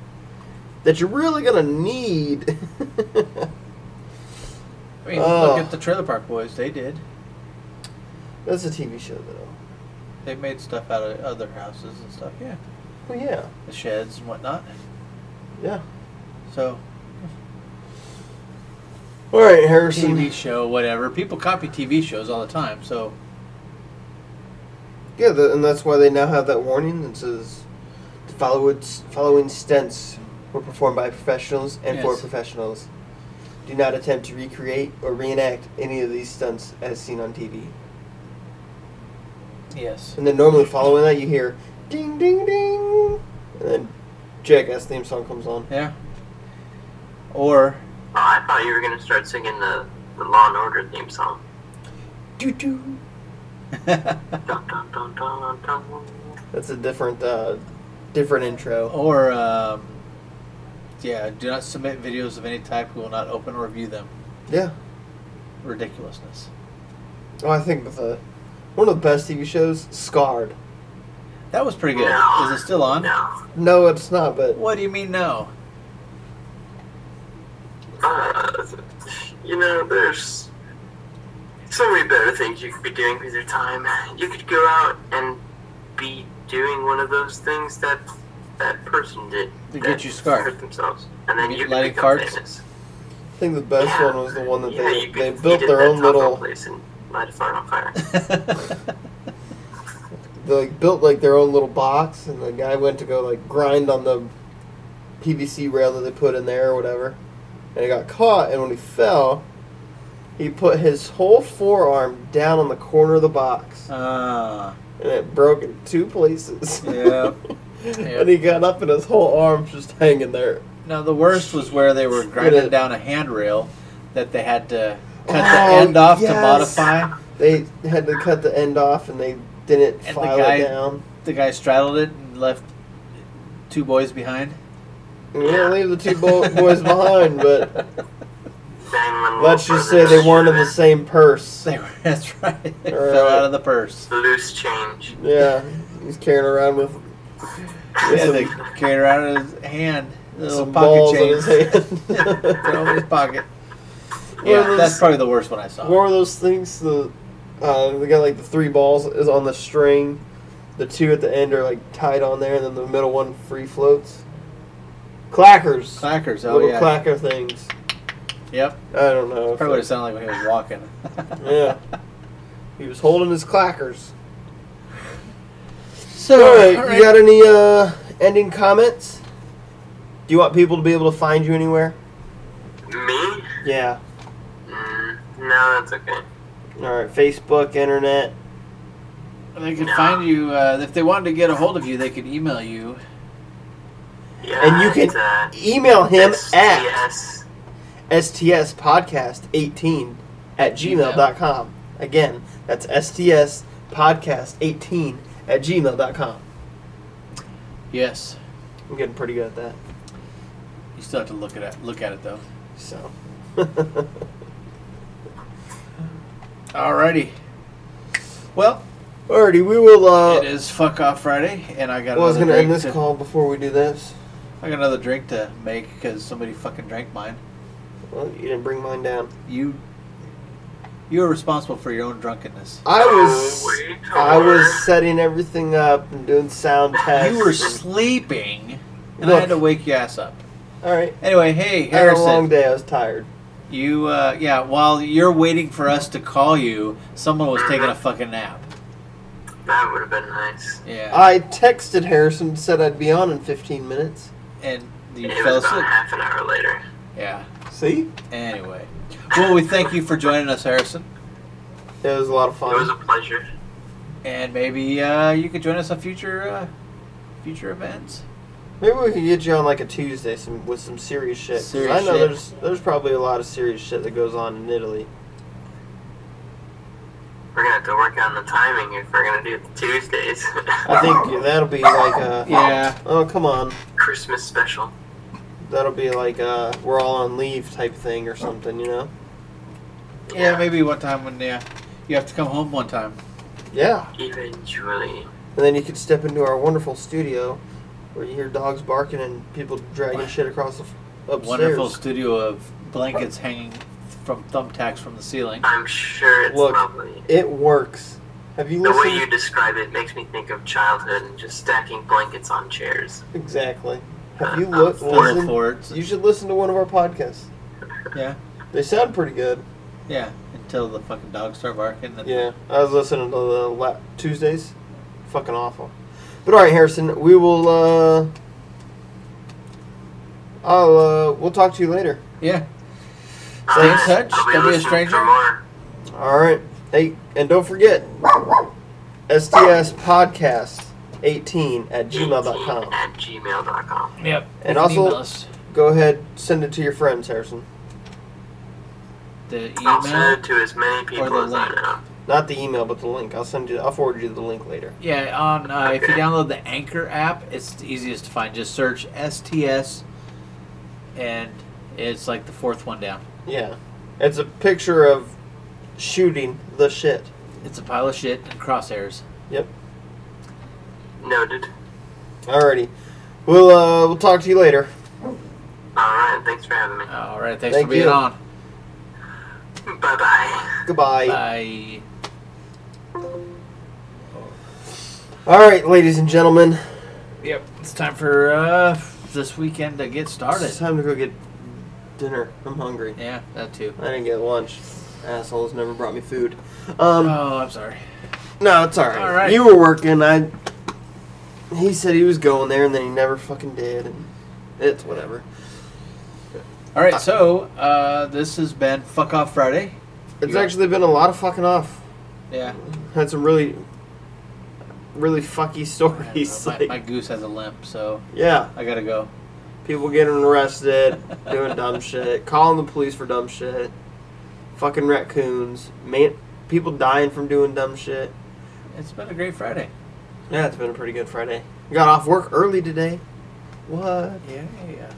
Speaker 1: that you're really gonna need.
Speaker 2: I mean,
Speaker 1: Ugh.
Speaker 2: look at the Trailer Park Boys. They did.
Speaker 1: That's a TV show, though.
Speaker 2: They made stuff out of other houses and stuff. Yeah,
Speaker 1: Well, Oh, yeah,
Speaker 2: the sheds and whatnot.
Speaker 1: yeah.
Speaker 2: So
Speaker 1: All right, Harrison.
Speaker 2: TV show, whatever. People copy TV shows all the time. So
Speaker 1: Yeah, the, and that's why they now have that warning that says, "The following following stunts were performed by professionals and for
Speaker 2: Yes.
Speaker 1: professionals. Do not attempt to recreate or reenact any of these stunts as seen on TV."
Speaker 2: yes,
Speaker 1: And then normally following that, you hear ding, ding, ding, and then Jackass theme song comes on.
Speaker 2: yeah. Or
Speaker 3: Oh, I thought you were gonna start singing the, the Law and Order theme song.
Speaker 1: Doo doo.
Speaker 3: Dun, dun, dun, dun, dun.
Speaker 1: That's a different, uh, different intro.
Speaker 2: Or, um, yeah, do not submit videos of any type. We will not open or review them.
Speaker 1: Yeah.
Speaker 2: Ridiculousness.
Speaker 1: Oh, I think with uh one of the best TV shows, Scarred.
Speaker 2: That was pretty good.
Speaker 3: No.
Speaker 2: Is it still on?
Speaker 3: No.
Speaker 1: No, it's not, but
Speaker 2: What do you mean no?
Speaker 3: Uh, you know, there's so many better things you could be doing with your time. You could go out and be doing one of those things that that person did.
Speaker 2: To
Speaker 3: that
Speaker 2: get you scarred.
Speaker 3: hurt themselves, and then
Speaker 2: You
Speaker 3: you,
Speaker 2: mean
Speaker 3: could
Speaker 2: lighting
Speaker 3: become
Speaker 2: farts?
Speaker 3: famous.
Speaker 1: I think the best
Speaker 3: Yeah.
Speaker 1: one was the one that
Speaker 3: Yeah,
Speaker 1: they,
Speaker 3: you could
Speaker 1: they
Speaker 3: eat
Speaker 1: built
Speaker 3: at
Speaker 1: their
Speaker 3: that
Speaker 1: own
Speaker 3: taco
Speaker 1: little,
Speaker 3: place and light a fart on fire.
Speaker 1: they like, built like their own little box, and the guy went to go like grind on the PVC rail that they put in there or whatever, and he got caught. And when he fell, he put his whole forearm down on the corner of the box,
Speaker 2: Ah,
Speaker 1: and it broke in two places.
Speaker 2: yeah.
Speaker 1: and he got up, and his whole arm's just hanging there.
Speaker 2: Now the worst was where they were
Speaker 1: Gonna-
Speaker 2: grinding down a handrail that they had to cut the
Speaker 1: Oh,
Speaker 2: end off
Speaker 1: yes.
Speaker 2: to modify.
Speaker 1: They had to cut the end off, and they didn't
Speaker 2: the
Speaker 1: file
Speaker 2: guy-
Speaker 1: it down.
Speaker 2: The guy straddled it and left two boys behind.
Speaker 1: And we don't leave the two bo- boys behind, but
Speaker 3: Dang, when
Speaker 1: let's
Speaker 3: Little
Speaker 1: just say they
Speaker 3: Brothers
Speaker 1: weren't in the
Speaker 3: should've
Speaker 1: same purse.
Speaker 2: They were, that's right. They
Speaker 1: All
Speaker 2: fell
Speaker 1: right.
Speaker 2: out of the purse.
Speaker 3: Loose change.
Speaker 1: Yeah, he's carrying around with
Speaker 2: Yeah,
Speaker 1: some-
Speaker 2: they carried around in his hand, a little
Speaker 1: some balls
Speaker 2: pocket
Speaker 1: in
Speaker 2: change.
Speaker 1: his hand.
Speaker 2: Throw it in his pocket.
Speaker 1: Yeah,
Speaker 2: Yeah, that's probably the worst one I saw.
Speaker 1: One of those things, the uh, they got like the three balls is on the string, the two at the end are like tied on there, and then the middle one free floats. Clackers,
Speaker 2: Clackers. Oh
Speaker 1: little
Speaker 2: yeah.
Speaker 1: clacker things.
Speaker 2: Yep.
Speaker 1: I don't know. if
Speaker 2: Probably
Speaker 1: it-
Speaker 2: would have sounded like when he was walking.
Speaker 1: yeah. He was holding his clackers.
Speaker 2: So,
Speaker 1: all, right, you got any uh, ending comments? Do you want people to be able to find you anywhere?
Speaker 3: Me?
Speaker 1: Yeah.
Speaker 3: Mm, no, that's okay.
Speaker 1: All right, Facebook, internet.
Speaker 2: They can find you uh, if they wanted to get a hold of you. They could email you.
Speaker 3: Yeah,
Speaker 1: And you
Speaker 3: it's,
Speaker 1: can
Speaker 3: uh,
Speaker 1: Email him at
Speaker 3: STS.
Speaker 1: STS podcast 18 at gmail.com. Again, that's STS podcast 18 at gmail.com.
Speaker 2: Yes.
Speaker 1: I'm getting pretty good at that.
Speaker 2: You still have to look at it. Look at it though.
Speaker 1: So,
Speaker 2: Alrighty. Well,
Speaker 1: alrighty, we will. Uh,
Speaker 2: it is fuck off Friday, and I got
Speaker 1: well, I was
Speaker 2: another
Speaker 1: going to
Speaker 2: drink
Speaker 1: end this
Speaker 2: to,
Speaker 1: call before we do this.
Speaker 2: I got another drink to make because somebody fucking drank mine.
Speaker 1: Well, you didn't bring mine down.
Speaker 2: You, you are responsible for your own drunkenness.
Speaker 1: I was.
Speaker 3: Oh, wait,
Speaker 1: I was
Speaker 3: Lord.
Speaker 1: setting everything up and doing sound tests.
Speaker 2: You were sleeping, and I had to
Speaker 1: Look.
Speaker 2: wake your ass up.
Speaker 1: All right.
Speaker 2: Anyway, hey
Speaker 1: I had a long
Speaker 2: Harrison,
Speaker 1: day. I was tired.
Speaker 2: you uh, yeah. While you're waiting for us to call you, someone was taking a fucking nap.
Speaker 3: That would have been nice.
Speaker 2: Yeah.
Speaker 1: I texted Harrison, said I'd be on in 15 minutes.
Speaker 2: and you
Speaker 3: it
Speaker 2: fell
Speaker 3: was about
Speaker 2: asleep.
Speaker 3: half an hour later.
Speaker 2: Yeah.
Speaker 1: See?
Speaker 2: Anyway. Well, we thank you for joining us, Harrison.
Speaker 1: It was a lot of
Speaker 3: It was a
Speaker 1: fun.
Speaker 3: pleasure.
Speaker 2: And maybe uh, you could join us on future uh, future events.
Speaker 1: Maybe we could get you on like a Tuesday some, with some serious shit. 'cause
Speaker 2: Serious
Speaker 1: I know
Speaker 2: shit.
Speaker 1: there's there's probably a lot of serious shit that goes on in Italy.
Speaker 3: We're gonna have to work on the timing if we're gonna do the Tuesdays.
Speaker 1: I think that'll be like a
Speaker 2: Yeah.
Speaker 1: oh come on
Speaker 3: Christmas special.
Speaker 1: that'll be like uh we're all on leave type thing or something you know
Speaker 2: Yeah, maybe one time when yeah, you have to come home one time.
Speaker 1: yeah
Speaker 3: Eventually.
Speaker 1: and then you could step into our wonderful studio where you hear dogs barking and people dragging shit across the f- upstairs
Speaker 2: Wonderful studio of blankets hanging from thumbtacks from the ceiling.
Speaker 3: I'm sure it's
Speaker 1: Look,
Speaker 3: lovely.
Speaker 1: it works have you
Speaker 3: The way
Speaker 1: listened
Speaker 3: you describe it makes me think of childhood and just stacking blankets on chairs.
Speaker 1: exactly have you looked
Speaker 2: Fiddle
Speaker 1: listened
Speaker 2: forts.
Speaker 1: you should listen to one of our podcasts
Speaker 2: Yeah.
Speaker 1: they sound pretty good
Speaker 2: Yeah. Until the fucking dogs start barking. And
Speaker 1: yeah I was listening to the la- Tuesdays fucking awful but all right Harrison we will uh I'll uh we'll talk to you later.
Speaker 2: Yeah.
Speaker 3: Alright,
Speaker 2: in touch.
Speaker 3: Uh, I'll
Speaker 2: Don't
Speaker 3: be
Speaker 2: be a
Speaker 3: listening
Speaker 2: stranger.
Speaker 3: for more.
Speaker 1: All right. Hey, and don't forget STS podcast 18 at
Speaker 3: GT
Speaker 1: gmail.com.
Speaker 3: At gmail.com.
Speaker 5: Yep.
Speaker 1: And also- Go ahead, send it to your friends, Harrison.
Speaker 2: the
Speaker 3: I'll send
Speaker 2: email.
Speaker 3: it to as many people
Speaker 2: the
Speaker 3: as I
Speaker 2: link.
Speaker 3: know.
Speaker 1: Not the email, but the link. I'll send you. I'll forward you the link later.
Speaker 2: Yeah, on uh, if you download the Anchor app, it's the easiest to find. Just search STS, and it's like the fourth one down.
Speaker 1: Yeah, it's a picture of shooting the shit.
Speaker 2: It's a pile of shit and crosshairs.
Speaker 1: Yep.
Speaker 3: Noted.
Speaker 1: Alrighty. We'll uh, we'll talk to you later.
Speaker 3: Alright, thanks for having me.
Speaker 2: All right, thanks
Speaker 1: Thank
Speaker 2: for being
Speaker 1: you.
Speaker 2: on.
Speaker 3: Bye bye.
Speaker 1: Goodbye.
Speaker 2: Bye.
Speaker 1: All right, ladies and gentlemen,
Speaker 2: Yep, it's time for uh, this weekend to get
Speaker 1: it's
Speaker 2: started.
Speaker 1: time to go get dinner. I'm hungry.
Speaker 2: Yeah, that too.
Speaker 1: I didn't get lunch. Assholes never brought me food. Um,
Speaker 2: Oh, I'm sorry.
Speaker 1: No, it's all right.
Speaker 2: All right.
Speaker 1: You were working. I. He said he was going there, and then he never fucking did. And it's whatever.
Speaker 2: All right, so uh, this has been Fuck Off Friday.
Speaker 1: It's
Speaker 2: Yeah.
Speaker 1: actually been a lot of fucking off.
Speaker 2: Yeah,
Speaker 1: Had some really, really fucky
Speaker 2: I don't
Speaker 1: stories.
Speaker 2: know, Uh, my,
Speaker 1: like-
Speaker 2: my goose has a limp, so
Speaker 1: yeah,
Speaker 2: I gotta go.
Speaker 1: people getting arrested, doing dumb shit, calling the police for dumb shit, fucking raccoons, man, people dying from doing dumb shit.
Speaker 2: It's been a great Friday.
Speaker 1: Yeah, it's been a pretty good Friday. Got off work early today. What?
Speaker 2: Yeah, yeah.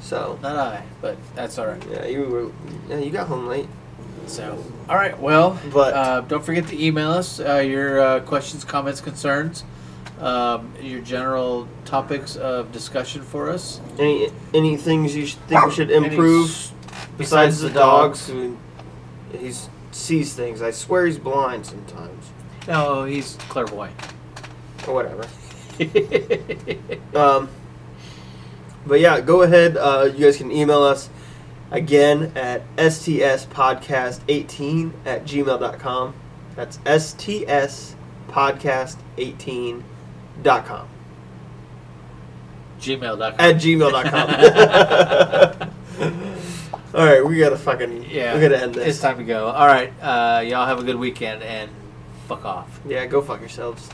Speaker 1: So
Speaker 2: Not I, but that's all right.
Speaker 1: yeah, you were. Yeah, you got home late.
Speaker 2: So, all right. Well,
Speaker 1: But-
Speaker 2: uh, don't forget to email us uh, your uh, questions, comments, concerns, um, your general topics of discussion for us.
Speaker 1: Any any things you sh- think we should
Speaker 2: Any
Speaker 1: improve
Speaker 2: s-
Speaker 1: besides the dogs? Who he sees things. I swear he's blind sometimes,
Speaker 2: No, Oh, he's clairvoyant.
Speaker 1: or whatever.
Speaker 2: yeah,
Speaker 1: Um, but yeah, go ahead. Uh, you guys can email us again at stspodcast18 at gmail.com. That's stspodcast18.com.
Speaker 2: gmail.com.
Speaker 1: At gmail.com. All right, we gotta fucking
Speaker 2: yeah,
Speaker 1: we gotta end this.
Speaker 2: It's time to go. All right, uh, y'all have a good weekend and fuck off.
Speaker 1: Yeah, go fuck yourselves.